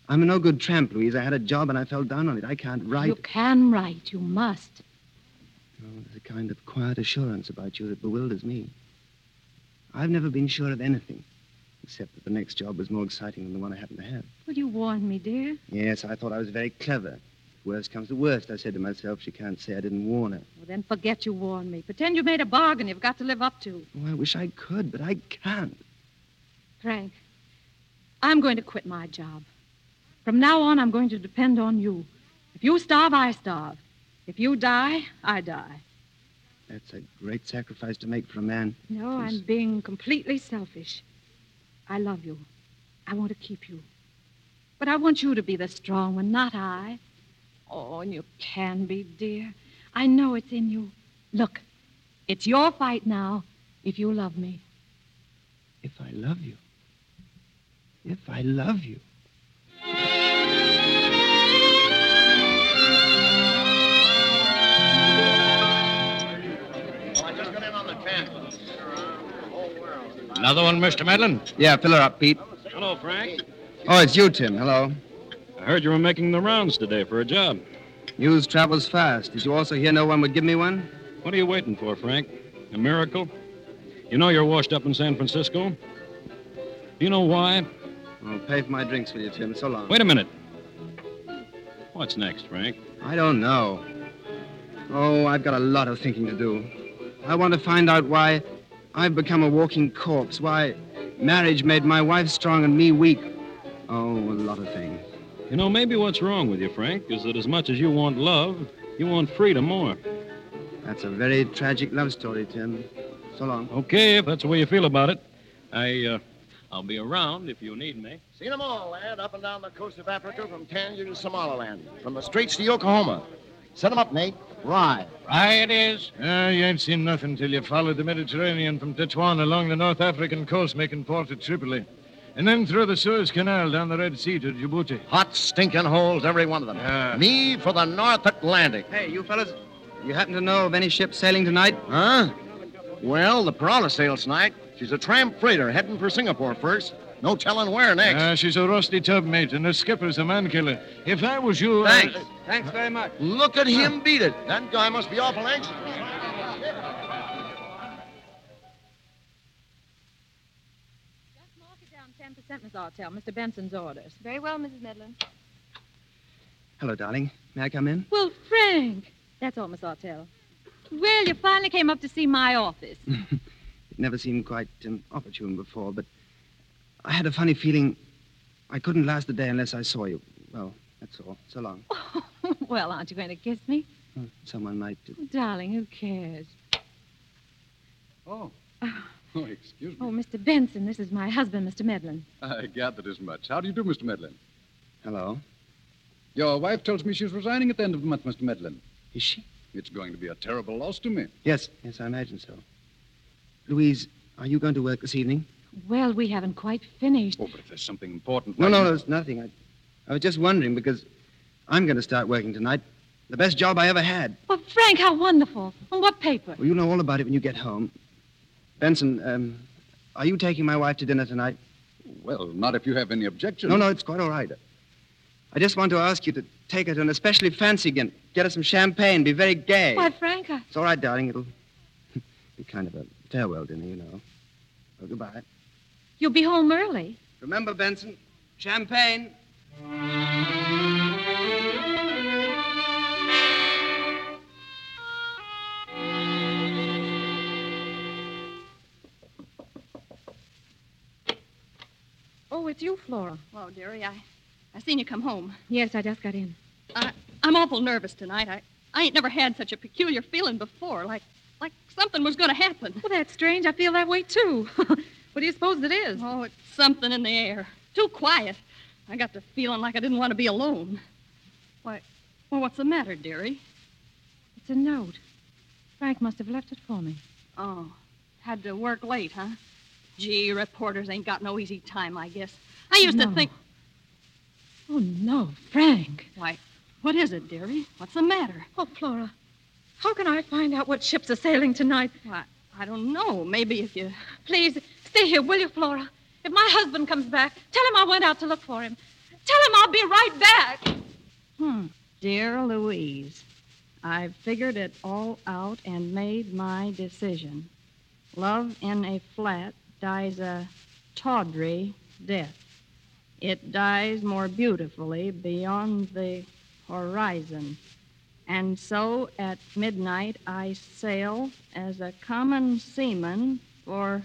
Speaker 11: I'm a no good tramp, Louise. I had a job and I fell down on it. I can't write.
Speaker 6: You can write. You must.
Speaker 11: Oh, there's a kind of quiet assurance about you that bewilders me. I've never been sure of anything, except that the next job was more exciting than the one I happened to have.
Speaker 6: Well, you warned me, dear.
Speaker 11: Yes, I thought I was very clever. Worst comes to worst, I said to myself. She can't say I didn't warn her.
Speaker 6: Well, then forget you warned me. Pretend you made a bargain you've got to live up to.
Speaker 11: Oh, I wish I could, but I can't.
Speaker 6: Frank, I'm going to quit my job. From now on, I'm going to depend on you. If you starve, I starve. If you die, I die.
Speaker 11: That's a great sacrifice to make for a man.
Speaker 6: No, I'm being completely selfish. I love you. I want to keep you. But I want you to be the strong one, not I. Oh, and you can be, dear. I know it's in you. Look, it's your fight now if you love me.
Speaker 11: If I love you. If I love you.
Speaker 20: Another one, Mr. Medlin?
Speaker 11: Yeah, fill her up, Pete.
Speaker 20: Hello, Frank.
Speaker 11: Oh, it's you, Tim. Hello.
Speaker 20: I heard you were making the rounds today for a job.
Speaker 11: News travels fast. Did you also hear no one would give me one?
Speaker 20: What are you waiting for, Frank? A miracle? You know you're washed up in San Francisco? Do you know why?
Speaker 11: I'll pay for my drinks with you, Tim. So long.
Speaker 20: Wait a minute. What's next, Frank?
Speaker 11: I don't know. Oh, I've got a lot of thinking to do. I want to find out why I've become a walking corpse, why marriage made my wife strong and me weak. Oh, a lot of things.
Speaker 20: You know, maybe what's wrong with you, Frank, is that as much as you want love, you want freedom more.
Speaker 11: That's a very tragic love story, Tim. So long.
Speaker 20: Okay, if that's the way you feel about it. I, uh, I'll be around if you need me.
Speaker 3: Seen them all, lad, up and down the coast of Africa, from Tangier to Somaliland, from the straits to Yokohama. Set them up, Nate. Rye.
Speaker 23: Rye it is.
Speaker 24: Ah, you ain't seen nothing till you followed the Mediterranean from Tetuan along the North African coast, making port at Tripoli. And then through the Suez Canal down the Red Sea to Djibouti.
Speaker 3: Hot, stinking holes, every one of them.
Speaker 24: Yeah.
Speaker 3: Me for the North Atlantic.
Speaker 11: Hey, you fellas, you happen to know of any ship sailing tonight?
Speaker 3: Huh? Well, the Piranha sails tonight. She's a tramp freighter heading for Singapore first. No telling where next.
Speaker 24: Ah, she's a rusty tub mate, and the skipper's a man killer. If I was you. I-
Speaker 3: Thanks.
Speaker 11: Thanks very much.
Speaker 3: Look at him beat it. That guy must be awful anxious.
Speaker 4: Mark it down 10%, Miss Artell. Mr. Benson's orders.
Speaker 25: Very well, Mrs. Medlin.
Speaker 11: Hello, darling. May I come in?
Speaker 4: Well, Frank. That's all, Miss Artell. Well, you finally came up to see my office.
Speaker 11: It never seemed quite um, opportune before, but I had a funny feeling I couldn't last the day unless I saw you. Well, that's all. So long.
Speaker 4: well, aren't you going to kiss me?
Speaker 11: Someone might. uh,
Speaker 4: Darling, who cares?
Speaker 24: Oh.
Speaker 13: Oh, excuse
Speaker 4: Oh, Mr. Benson, this is my husband, Mr. Medlin.
Speaker 13: I gathered as much. How do you do, Mr. Medlin?
Speaker 11: Hello.
Speaker 13: Your wife tells me she's resigning at the end of the month, Mr. Medlin.
Speaker 11: Is she?
Speaker 13: It's going to be a terrible loss to me.
Speaker 11: Yes, yes, I imagine so. Louise, are you going to work this evening?
Speaker 4: Well, we haven't quite finished.
Speaker 13: Oh, but if there's something important.
Speaker 11: No,
Speaker 13: I
Speaker 11: no,
Speaker 13: can-
Speaker 11: there's nothing. I, I was just wondering because I'm going to start working tonight. The best job I ever had.
Speaker 4: Well, Frank, how wonderful. On what paper?
Speaker 11: Well, you'll know all about it when you get home. Benson, um, are you taking my wife to dinner tonight?
Speaker 13: Well, not if you have any objection.
Speaker 11: No, no, it's quite all right. I just want to ask you to take her to an especially fancy gin. Get her some champagne. Be very gay.
Speaker 4: Why, Frank, I...
Speaker 11: It's all right, darling. It'll be kind of a farewell dinner, you know. Well, goodbye.
Speaker 4: you'll be home early.
Speaker 11: Remember, Benson, champagne.
Speaker 4: Oh, it's you, Flora.
Speaker 18: Hello, dearie. I, I seen you come home.
Speaker 4: Yes, I just got in.
Speaker 18: I, I'm awful nervous tonight. I, I ain't never had such a peculiar feeling before, like like something was going to happen.
Speaker 4: Well, that's strange. I feel that way, too. what do you suppose it is?
Speaker 18: Oh, it's something in the air. Too quiet. I got the feeling like I didn't want to be alone. Why, well, what's the matter, dearie?
Speaker 6: a note. Frank must have left it for me.
Speaker 18: Oh, had to work late, huh? Gee, reporters ain't got no easy time, I guess. I used to
Speaker 6: No.
Speaker 18: think.
Speaker 6: Oh, no, Frank.
Speaker 18: Why, what is it, dearie? What's the matter?
Speaker 6: Oh, Flora, how can I find out what ships are sailing tonight?
Speaker 18: Why, I don't know. Maybe if you.
Speaker 4: Please, stay here, will you, Flora? If my husband comes back, tell him I went out to look for him. Tell him I'll be right back.
Speaker 18: Hmm. Dear Louise, I've figured it all out and made my decision. Love in a flat dies a tawdry death. It dies more beautifully beyond the horizon. And so at midnight I sail as a common seaman for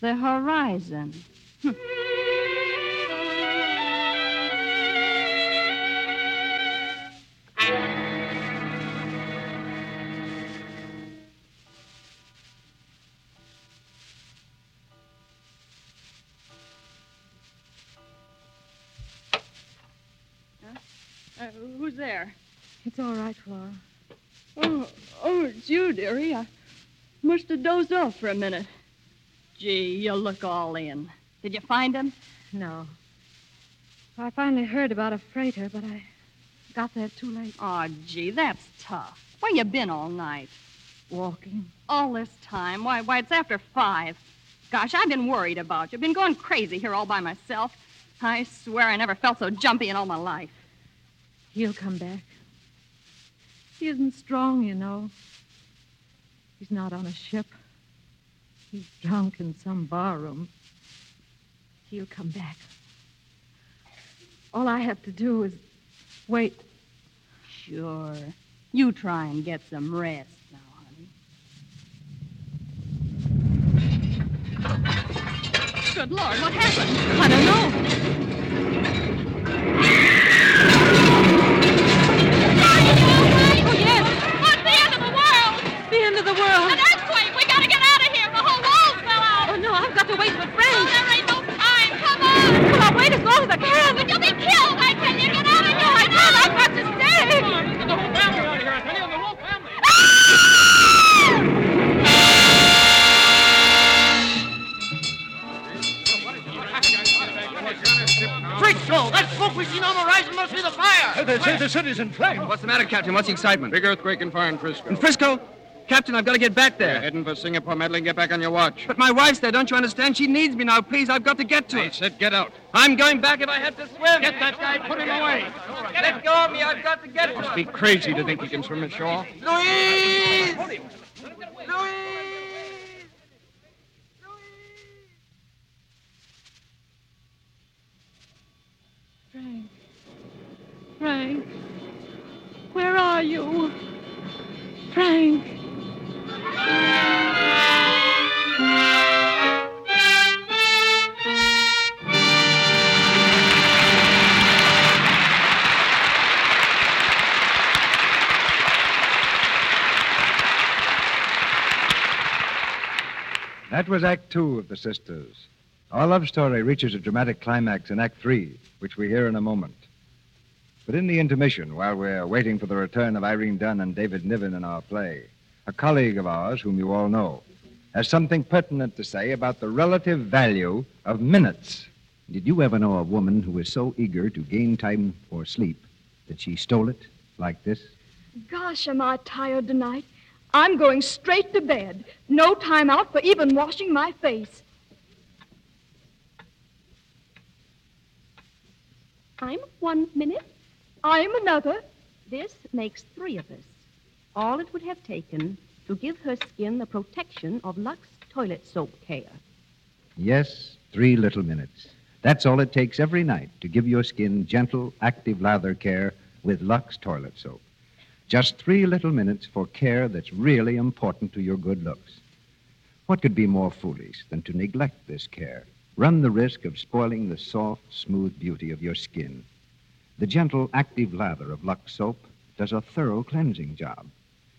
Speaker 18: the horizon. Uh, who's there?
Speaker 6: It's all right, Flora.
Speaker 18: Oh, oh, it's you, dearie. I must have dozed off for a minute. Gee, you look all in. Did you find him?
Speaker 6: No. I finally heard about a freighter, but I got there too late.
Speaker 18: Oh, gee, that's tough. Where you been all night?
Speaker 6: Walking.
Speaker 18: All this time? Why, why, it's after five. Gosh, I've been worried about you. Been going crazy here all by myself. I swear I never felt so jumpy in all my life.
Speaker 6: He'll come back. He isn't strong, you know. He's not on a ship. He's drunk in some barroom. He'll come back. All I have to do is wait.
Speaker 18: Sure. You try and get some rest now, honey. Good Lord, what happened? I don't know.
Speaker 4: Oh, yes. What's the end of the world? The end of the world. An earthquake. We gotta get out of here. The whole wall fell out. Oh, no, I've got to wait for Frank. Oh, there ain't no time. Come on. Well, I'll wait as long as I can. But you'll be killed. I tell you, get out of here. I can't. I've got to stay. the whole family out of here. I tell you, the whole family.
Speaker 7: Fritzo, that smoke we seen on the horizon must be the fire.
Speaker 3: city's in flames.
Speaker 10: What's the matter, Captain? What's the excitement?
Speaker 3: Big earthquake and fire in Frisco.
Speaker 10: In Frisco? Captain, I've got to get back
Speaker 3: We're
Speaker 10: there.
Speaker 3: heading for Singapore, Madeline. Get back on your watch.
Speaker 10: But my wife's there, don't you understand? She needs me now. Please, I've got to get to her. I
Speaker 3: said get out.
Speaker 10: I'm going back if I have to swim.
Speaker 3: Get that guy. Put him away.
Speaker 10: Let go of me. I've got to get to
Speaker 3: Must
Speaker 10: her.
Speaker 3: be crazy to think he can swim ashore.
Speaker 10: Louise!
Speaker 6: Frank. Frank. Where are you? Frank.
Speaker 1: That was Act Two of The Sisters. Our love story reaches a dramatic climax in Act Three, which we hear in a moment. But in the intermission, while we're waiting for the return of Irene Dunn and David Niven in our play, a colleague of ours, whom you all know, has something pertinent to say about the relative value of minutes.
Speaker 15: Did you ever know a woman who was so eager to gain time for sleep that she stole it like this?
Speaker 26: Gosh, am I tired tonight? I'm going straight to bed. No time out for even washing my face.
Speaker 2: I'm one minute. I'm another. This makes three of us. All it would have taken to give her skin the protection of Lux toilet soap care.
Speaker 15: Yes, three little minutes. That's all it takes every night to give your skin gentle, active lather care with Lux toilet soap. Just three little minutes for care that's really important to your good looks. What could be more foolish than to neglect this care? Run the risk of spoiling the soft, smooth beauty of your skin. The gentle, active lather of Lux soap does a thorough cleansing job.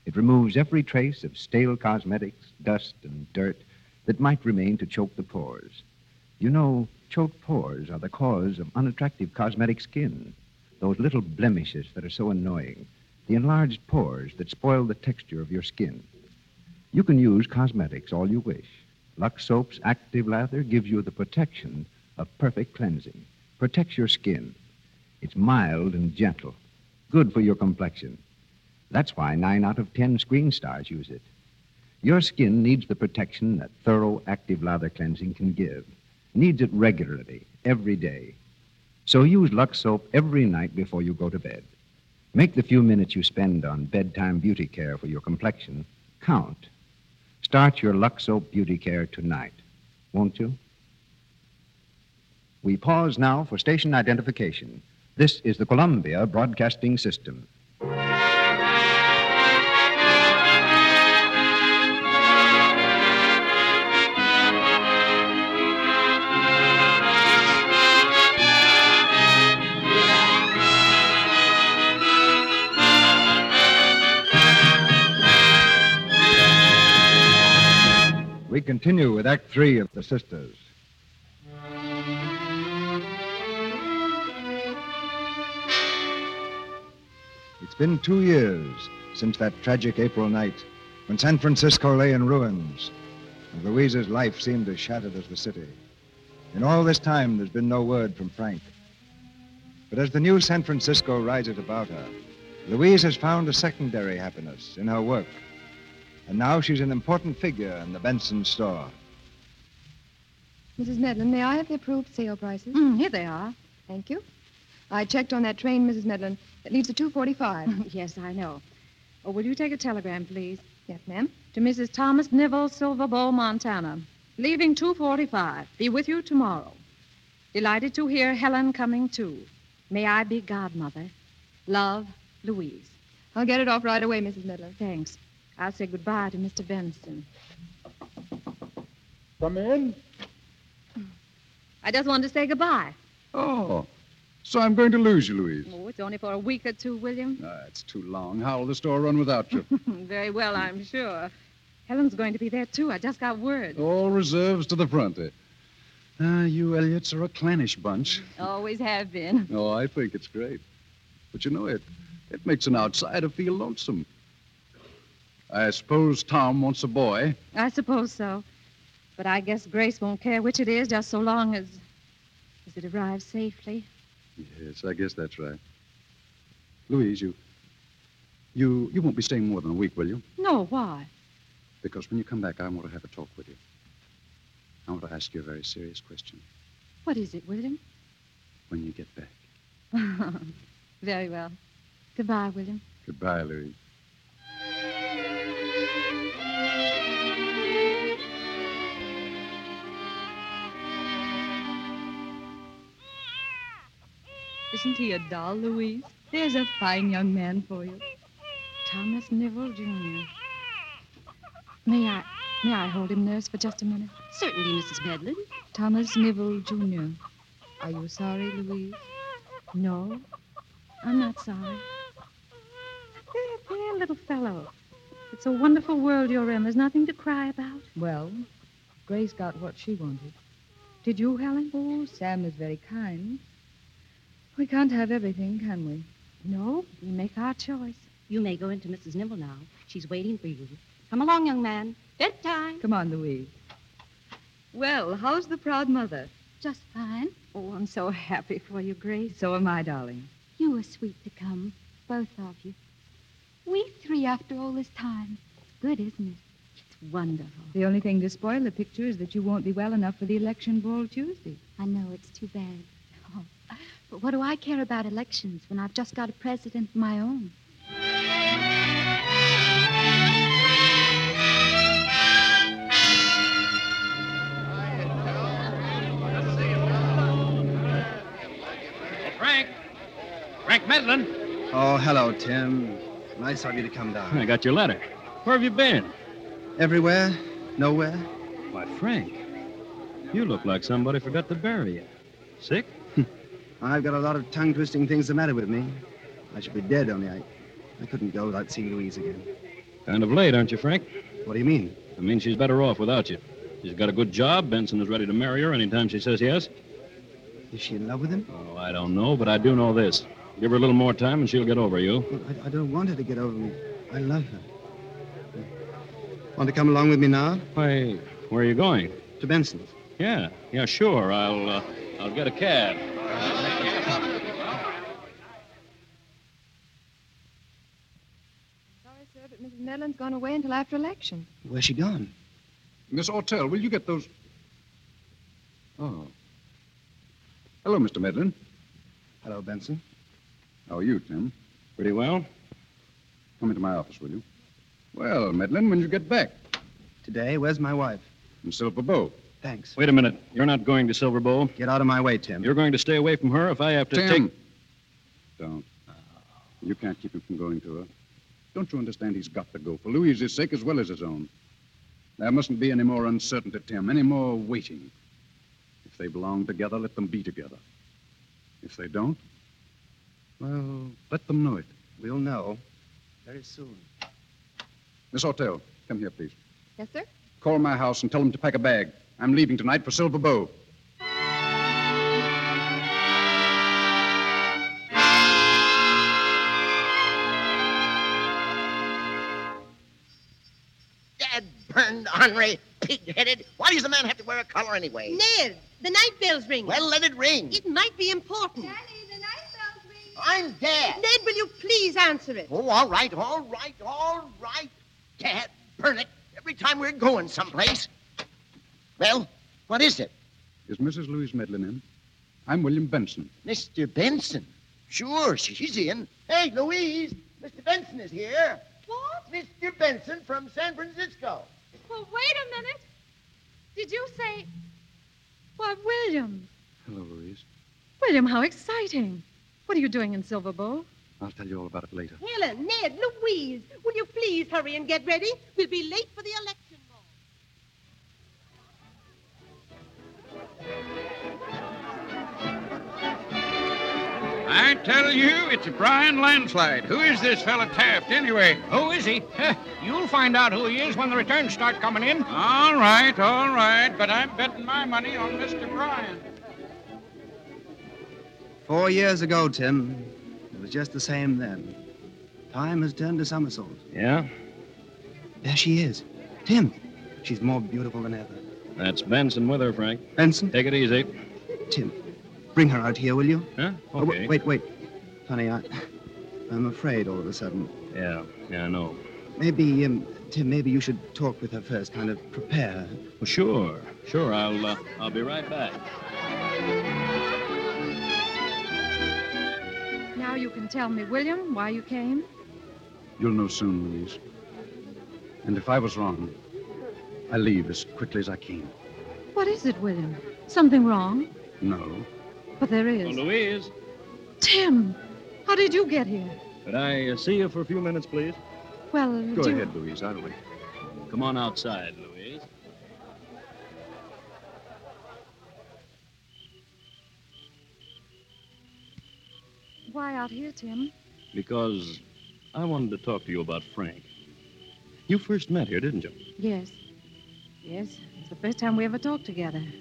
Speaker 15: It removes every trace of stale cosmetics, dust, and dirt that might remain to choke the pores. You know, choked pores are the cause of unattractive cosmetic skin, those little blemishes that are so annoying. the enlarged pores that spoil the texture of your skin. You can use cosmetics all you wish. Lux Soap's active lather gives you the protection of perfect cleansing, protects your skin. It's mild and gentle, good for your complexion. That's why nine out of ten screen stars use it. Your skin needs the protection that thorough active lather cleansing can give, needs it regularly, every day. So use Lux Soap every night before you go to bed. Make the few minutes you spend on bedtime beauty care for your complexion count. Start your Lux Soap beauty care tonight, won't you? We pause now for station identification. This is the Columbia Broadcasting System.
Speaker 1: We continue with Act Three of The Sisters. It's been two years since that tragic April night when San Francisco lay in ruins and Louise's life seemed as shattered as the city. In all this time, there's been no word from Frank. But as the new San Francisco rises about her, Louise has found a secondary happiness in her work and now she's an important figure in the Benson store.
Speaker 2: Mrs. Medlin, may I have the approved sale prices?
Speaker 6: Mm, here they are.
Speaker 2: Thank you. I checked on that train, Mrs. Medlin. It leaves at 2.45.
Speaker 6: yes, I know. Oh, will you take a telegram, please? Yes, ma'am. To Mrs. Thomas Nivell, Silver Bowl, Montana. Leaving 245. Be with you tomorrow. Delighted to hear Helen coming too. May I be godmother. Love, Louise.
Speaker 2: I'll get it off right away, Mrs. Medlin.
Speaker 6: Thanks. I'll say goodbye to Mr. Benson.
Speaker 13: Come in.
Speaker 6: I just wanted to say goodbye.
Speaker 13: Oh. So I'm going to lose you, Louise.
Speaker 6: Oh, it's only for a week or two, William.
Speaker 13: Ah, it's too long. How will the store run without you?
Speaker 6: Very well, I'm sure. Helen's going to be there, too. I just got word.
Speaker 13: All reserves to the front. eh? Ah, you Elliots are a clannish bunch.
Speaker 6: Always have been.
Speaker 13: Oh, I think it's great. But you know, it, it makes an outsider feel lonesome. I suppose Tom wants a boy.
Speaker 6: I suppose so. But I guess Grace won't care which it is, just so long as as it arrives safely.
Speaker 13: Yes, I guess that's right. Louise, you. You, you won't be staying more than a week, will you?
Speaker 6: No, why?
Speaker 13: Because when you come back, I want to have a talk with you. I want to ask you a very serious question
Speaker 6: What is it, William?
Speaker 13: when you get back.
Speaker 6: Very well. Goodbye, William.
Speaker 13: Goodbye, Louise.
Speaker 5: Isn't he a doll, Louise? There's a fine young man for you.
Speaker 6: Thomas Nivell, Jr. May I may I hold him, nurse, for just a minute?
Speaker 2: Certainly, Mrs. Medlin.
Speaker 6: Thomas Nivell, Jr. Are you sorry, Louise? No, I'm not sorry. There, there, little fellow. It's a wonderful world you're in. There's nothing to cry about.
Speaker 7: Well, Grace got what she wanted.
Speaker 6: Did you, Helen?
Speaker 7: Oh, Sam was very kind. We can't have everything, can we?
Speaker 6: No, we make our choice.
Speaker 2: You may go into Mrs. Nimble now. She's waiting for you. Come along, young man. Bedtime.
Speaker 7: Come on, Louise.
Speaker 6: Well, how's the proud mother? Just fine. Oh, I'm so happy for you, Grace. So am I, darling.
Speaker 7: You were sweet to come, both of you. We three after all this time. Good, isn't it?
Speaker 2: It's wonderful.
Speaker 7: The only thing to spoil the picture is that you won't be well enough for the election ball Tuesday. I know, it's too bad. Oh,
Speaker 27: But what do I care about elections when I've just got a president of my own?
Speaker 21: Frank. Frank Medlin.
Speaker 11: Oh, hello, Tim. Nice of you to come down.
Speaker 20: I got your letter. Where have you been?
Speaker 11: Everywhere? Nowhere?
Speaker 20: Why, Frank, you look like somebody forgot to bury you. Sick?
Speaker 11: I've got a lot of tongue twisting things the matter with me. I should be dead, only I, I couldn't go without seeing Louise again.
Speaker 20: Kind of late, aren't you, Frank?
Speaker 11: What do you mean?
Speaker 20: I mean, she's better off without you. She's got a good job. Benson is ready to marry her anytime she says yes.
Speaker 11: Is she in love with him?
Speaker 20: Oh, I don't know, but I do know this. Give her a little more time and she'll get over you.
Speaker 11: I, I don't want her to get over me. I love her. Want to come along with me now?
Speaker 20: Why, where are you going?
Speaker 11: To Benson's.
Speaker 20: Yeah, yeah, sure. I'll, uh, I'll get a cab.
Speaker 5: Sorry, sir, but Mrs. Medlin's gone away until after election.
Speaker 11: Where's she gone?
Speaker 13: Miss Ortell, will you get those? Oh. Hello, Mr. Medlin.
Speaker 11: Hello, Benson.
Speaker 13: How are you, Tim?
Speaker 20: Pretty well.
Speaker 13: Come into my office, will you? Well, Medlin, when you get back?
Speaker 11: Today, where's my wife?
Speaker 13: In Silver Bow.
Speaker 11: Thanks.
Speaker 20: Wait a minute. You're not going to Silver Bowl.
Speaker 11: Get out of my way, Tim.
Speaker 20: You're going to stay away from her if I have to
Speaker 13: Tim.
Speaker 20: take.
Speaker 13: Don't. You can't keep him from going to her. Don't you understand he's got to go for Louise's sake as well as his own? There mustn't be any more uncertainty, Tim, any more waiting. If they belong together, let them be together. If they don't, well, let them know it.
Speaker 11: We'll know very soon.
Speaker 13: Miss Ortell, come here, please.
Speaker 5: Yes, sir?
Speaker 13: Call my house and tell them to pack a bag. I'm leaving tonight for Silver Bow.
Speaker 3: Dad burned Henri, pig-headed. Why does the man have to wear a collar anyway?
Speaker 2: Ned, the night bell's ringing.
Speaker 3: Well, let it ring.
Speaker 2: It might be important.
Speaker 3: I'm Dad.
Speaker 2: Ned, will you please answer it?
Speaker 3: Oh, all right, all right, all right. Dad, burn it. Every time we're going someplace. Well, what is it?
Speaker 13: Is Mrs. Louise Medlin in? I'm William Benson.
Speaker 3: Mr. Benson. Sure, she's in. Hey, Louise, Mr. Benson is here.
Speaker 2: What?
Speaker 3: Mr. Benson from San Francisco.
Speaker 2: Well, wait a minute. Did you say. Why, William.
Speaker 13: Hello, Louise.
Speaker 6: William, how exciting. What are you doing in Silver Bowl?
Speaker 13: I'll tell you all about it later.
Speaker 2: Helen, Ned, Louise, will you please hurry and get ready? We'll be late for the election.
Speaker 8: I tell you, it's a Brian landslide. Who is this fella Taft, anyway?
Speaker 28: Who is he? Huh, You'll find out who he is when the returns start coming in.
Speaker 8: All right, all right, but I'm betting my money on Mr. Bryan.
Speaker 11: Four years ago, Tim, it was just the same then. Time has turned a somersault.
Speaker 20: Yeah?
Speaker 11: There she is. Tim, she's more beautiful than ever.
Speaker 20: That's Benson with her, Frank.
Speaker 11: Benson?
Speaker 20: Take it easy.
Speaker 11: Tim, bring her out here, will you?
Speaker 20: Huh?
Speaker 11: Oh, wa- wait, wait. Honey, I, I'm afraid all of a sudden.
Speaker 20: Yeah, yeah, I know.
Speaker 11: Maybe, um, Tim, maybe you should talk with her first, kind of prepare her.
Speaker 20: Well, sure, sure. I'll, uh, I'll be right back.
Speaker 6: Now you can tell me, William, why you came.
Speaker 13: You'll know soon, Louise. And if I was wrong, I leave as quickly as I can.
Speaker 6: What is it, William? Something wrong?
Speaker 13: No.
Speaker 6: But there is.
Speaker 20: Louise,
Speaker 6: Tim, how did you get here?
Speaker 20: could I uh, see you for a few minutes, please?
Speaker 6: Well,
Speaker 20: Go
Speaker 6: do you-
Speaker 20: ahead, Louise. I'll wait. Come on outside, Louise.
Speaker 6: Why out here, Tim?
Speaker 20: Because I wanted to talk to you about Frank. You first met here, didn't you?
Speaker 6: Yes. Yes, it's the first time we ever talked together.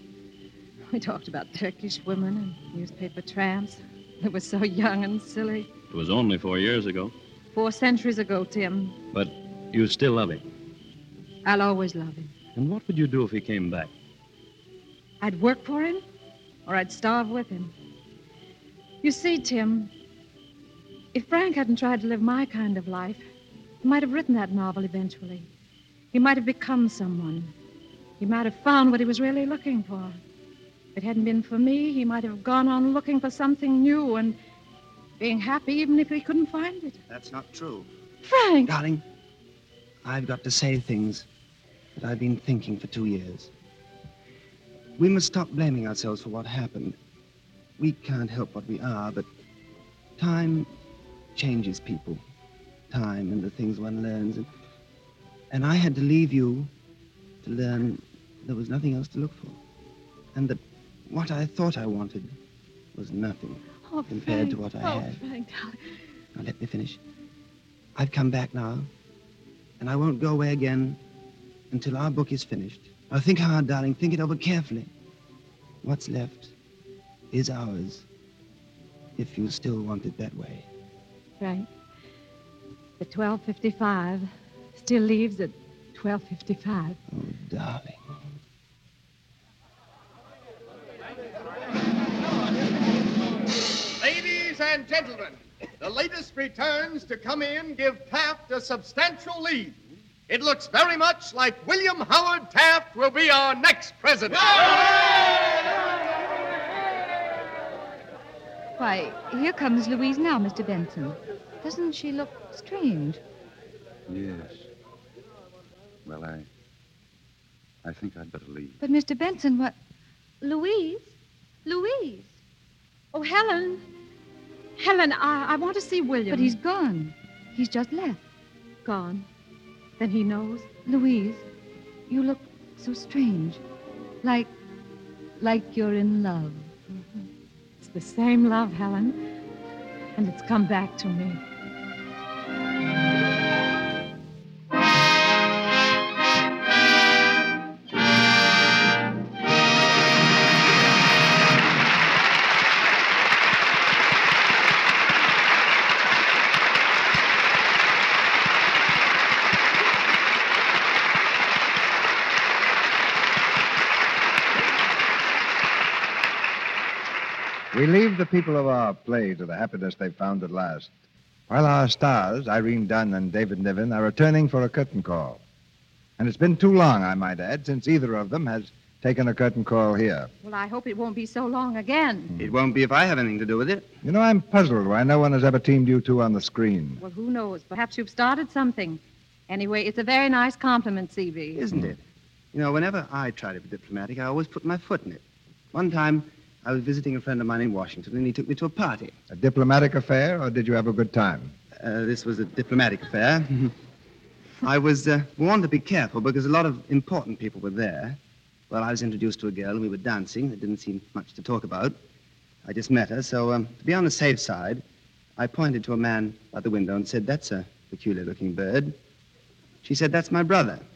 Speaker 6: We talked about Turkish women and newspaper tramps. They were so young and silly.
Speaker 20: It was only four years ago.
Speaker 6: Four centuries ago, Tim.
Speaker 20: But you still love him.
Speaker 6: I'll always love him.
Speaker 20: And what would you do if he came back?
Speaker 6: I'd work for him, or I'd starve with him. You see, Tim, if Frank hadn't tried to live my kind of life, he might have written that novel eventually. He might have become someone. He might have found what he was really looking for. If it hadn't been for me, he might have gone on looking for something new and being happy even if he couldn't find it.
Speaker 11: That's not true.
Speaker 6: Frank!
Speaker 11: Darling, I've got to say things that I've been thinking for two years. We must stop blaming ourselves for what happened. We can't help what we are, but time changes people. Time and the things one learns. And, and I had to leave you to learn there was nothing else to look for. And that what I thought I wanted was nothing
Speaker 6: Oh,
Speaker 11: compared to
Speaker 6: Frank.
Speaker 11: what I
Speaker 6: oh,
Speaker 11: had.
Speaker 6: Frank, darling.
Speaker 11: Now, let me finish. I've come back now, and I won't go away again until our book is finished. Now, think hard, darling. Think it over carefully. What's left is ours. if you still want it that way.
Speaker 6: Frank, the 1255 still leaves at 1255.
Speaker 11: Darling.
Speaker 7: Ladies and gentlemen, the latest returns to come in give Taft a substantial lead. It looks very much like William Howard Taft will be our next president.
Speaker 5: Why, here comes Louise now, Mr. Benson. Doesn't she look strange?
Speaker 13: Yes. Well, I. I think I'd better leave.
Speaker 5: But, Mr. Benson, what. Louise? Louise?
Speaker 6: Oh, Helen. Helen, I, I want to see William.
Speaker 5: But he's gone. He's just left.
Speaker 6: Gone. Then he knows.
Speaker 5: Louise, you look so strange. Like. like you're in love.
Speaker 6: Mm-hmm. It's the same love, Helen. And it's come back to me.
Speaker 1: We leave the people of our play to the happiness they've found at last. While our stars, Irene Dunn and David Niven, are returning for a curtain call. And it's been too long, I might add, since either of them has taken a curtain call here.
Speaker 5: Well, I hope it won't be so long again.
Speaker 11: It won't be if I have anything to do with it.
Speaker 1: You know, I'm puzzled why no one has ever teamed you two on the screen.
Speaker 6: Well, who knows? Perhaps you've started something. Anyway, it's a very nice compliment, CB.
Speaker 11: Isn't it? You know, whenever I try to be diplomatic, I always put my foot in it. One time, I was visiting a friend of mine in Washington, and he took me to a party.
Speaker 1: A diplomatic affair, or did you have a good time?
Speaker 11: Uh, this was a diplomatic affair. I was uh, warned to be careful because a lot of important people were there. Well, I was introduced to a girl, and we were dancing. There didn't seem much to talk about. I just met her, so um, to be on the safe side, I pointed to a man at the window and said, That's a peculiar looking bird. She said, That's my brother.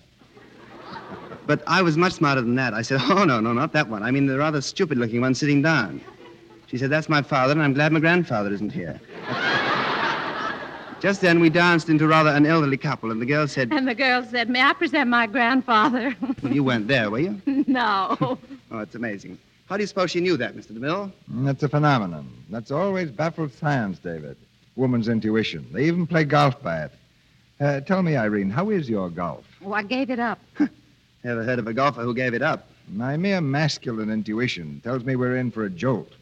Speaker 11: But I was much smarter than that. I said, Oh, no, no, not that one. I mean, the rather stupid looking one sitting down. She said, That's my father, and I'm glad my grandfather isn't here. Just then, we danced into rather an elderly couple, and the girl said,
Speaker 6: And the girl said, May I present my grandfather?
Speaker 11: well, You weren't there, were you?
Speaker 6: no.
Speaker 11: Oh, it's amazing. How do you suppose she knew that, Mr. DeMille?
Speaker 1: Mm, That's a phenomenon. That's always baffled science, David. Woman's intuition. They even play golf by it. Uh, tell me, Irene, how is your golf?
Speaker 6: Oh, I gave it up.
Speaker 11: Never heard of a golfer who gave it up.
Speaker 1: My mere masculine intuition tells me we're in for a jolt.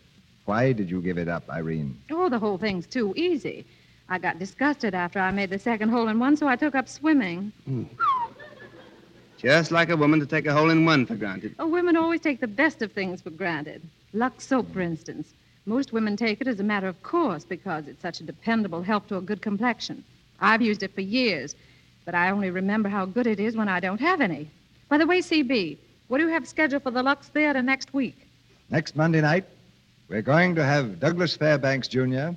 Speaker 1: Why did you give it up, Irene?
Speaker 6: Oh, the whole thing's too easy. I got disgusted after I made the second hole in one, so I took up swimming.
Speaker 11: Just like a woman to take a hole in one for granted.
Speaker 6: Oh, women always take the best of things for granted. Lux soap, for instance. Most women take it as a matter of course because it's such a dependable help to a good complexion. I've used it for years, but I only remember how good it is when I don't have any. By the way, CB, what do you have scheduled for the Lux Theater next week?
Speaker 1: Next Monday night, we're going to have Douglas Fairbanks Jr.,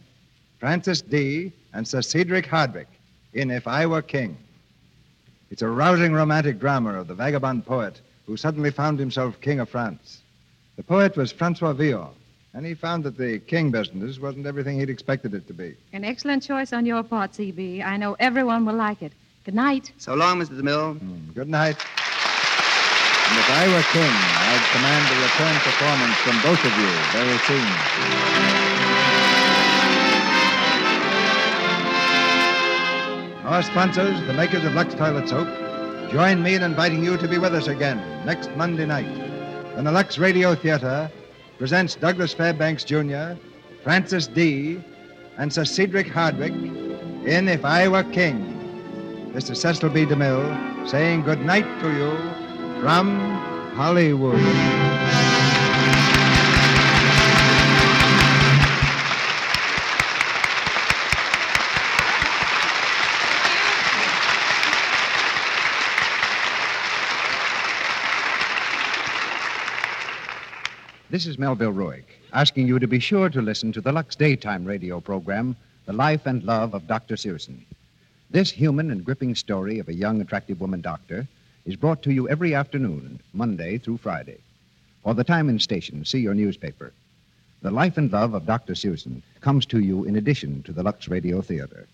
Speaker 1: Francis D., and Sir Cedric Hardwick in If I Were King. It's a rousing romantic drama of the vagabond poet who suddenly found himself King of France. The poet was Francois Villon, and he found that the king business wasn't everything he'd expected it to be.
Speaker 6: An excellent choice on your part, CB. I know everyone will like it. Good night.
Speaker 11: So long, Mr. DeMille.
Speaker 1: Hmm, Good night. And if I were king, I'd command a return performance from both of you very soon. Our sponsors, the makers of Lux Toilet Soap, join me in inviting you to be with us again next Monday night when the Lux Radio Theater presents Douglas Fairbanks Jr., Francis D., and Sir Cedric Hardwick in If I Were King. This is Cecil B. DeMille saying good night to you from Hollywood.
Speaker 15: This is Melville Ruick, asking you to be sure to listen to the Lux Daytime radio program, The Life and Love of Dr. Searson. This human and gripping story of a young, attractive woman doctor is brought to you every afternoon, Monday through Friday. For the time and station, see your newspaper. The Life and Love of Dr. Susan comes to you in addition to the Lux Radio Theater.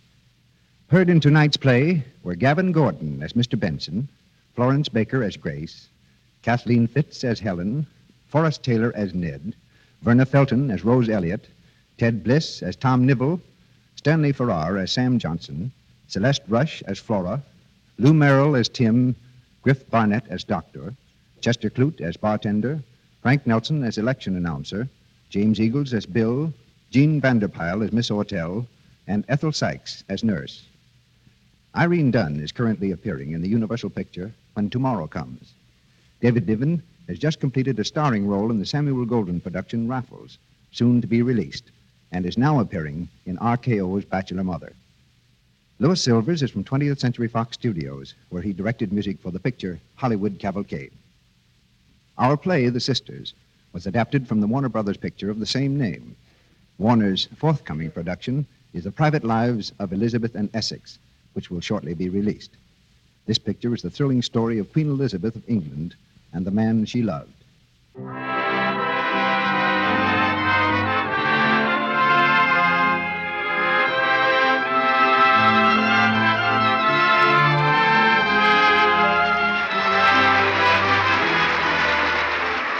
Speaker 15: Heard in tonight's play were Gavin Gordon as Mr. Benson, Florence Baker as Grace, Kathleen Fitz as Helen, Forrest Taylor as Ned, Verna Felton as Rose Elliott, Ted Bliss as Tom Nibble, Stanley Farrar as Sam Johnson, Celeste Rush as Flora, Lou Merrill as Tim, Griff Barnett as Doctor, Chester Clute as bartender, Frank Nelson as election announcer, James Eagles as Bill, Jean Vanderpile as Miss Ortell, and Ethel Sykes as nurse. Irene Dunn is currently appearing in the Universal picture When Tomorrow Comes. David Niven has just completed a starring role in the Samuel Golden production Raffles, soon to be released, and is now appearing in RKO's Bachelor Mother. Louis Silvers is from 20th Century Fox Studios, where he directed music for the picture Hollywood Cavalcade. Our play, The Sisters, was adapted from the Warner Brothers picture of the same name. Warner's forthcoming production is The Private Lives of Elizabeth and Essex, which will shortly be released. This picture is the thrilling story of Queen Elizabeth of England and the man she loved.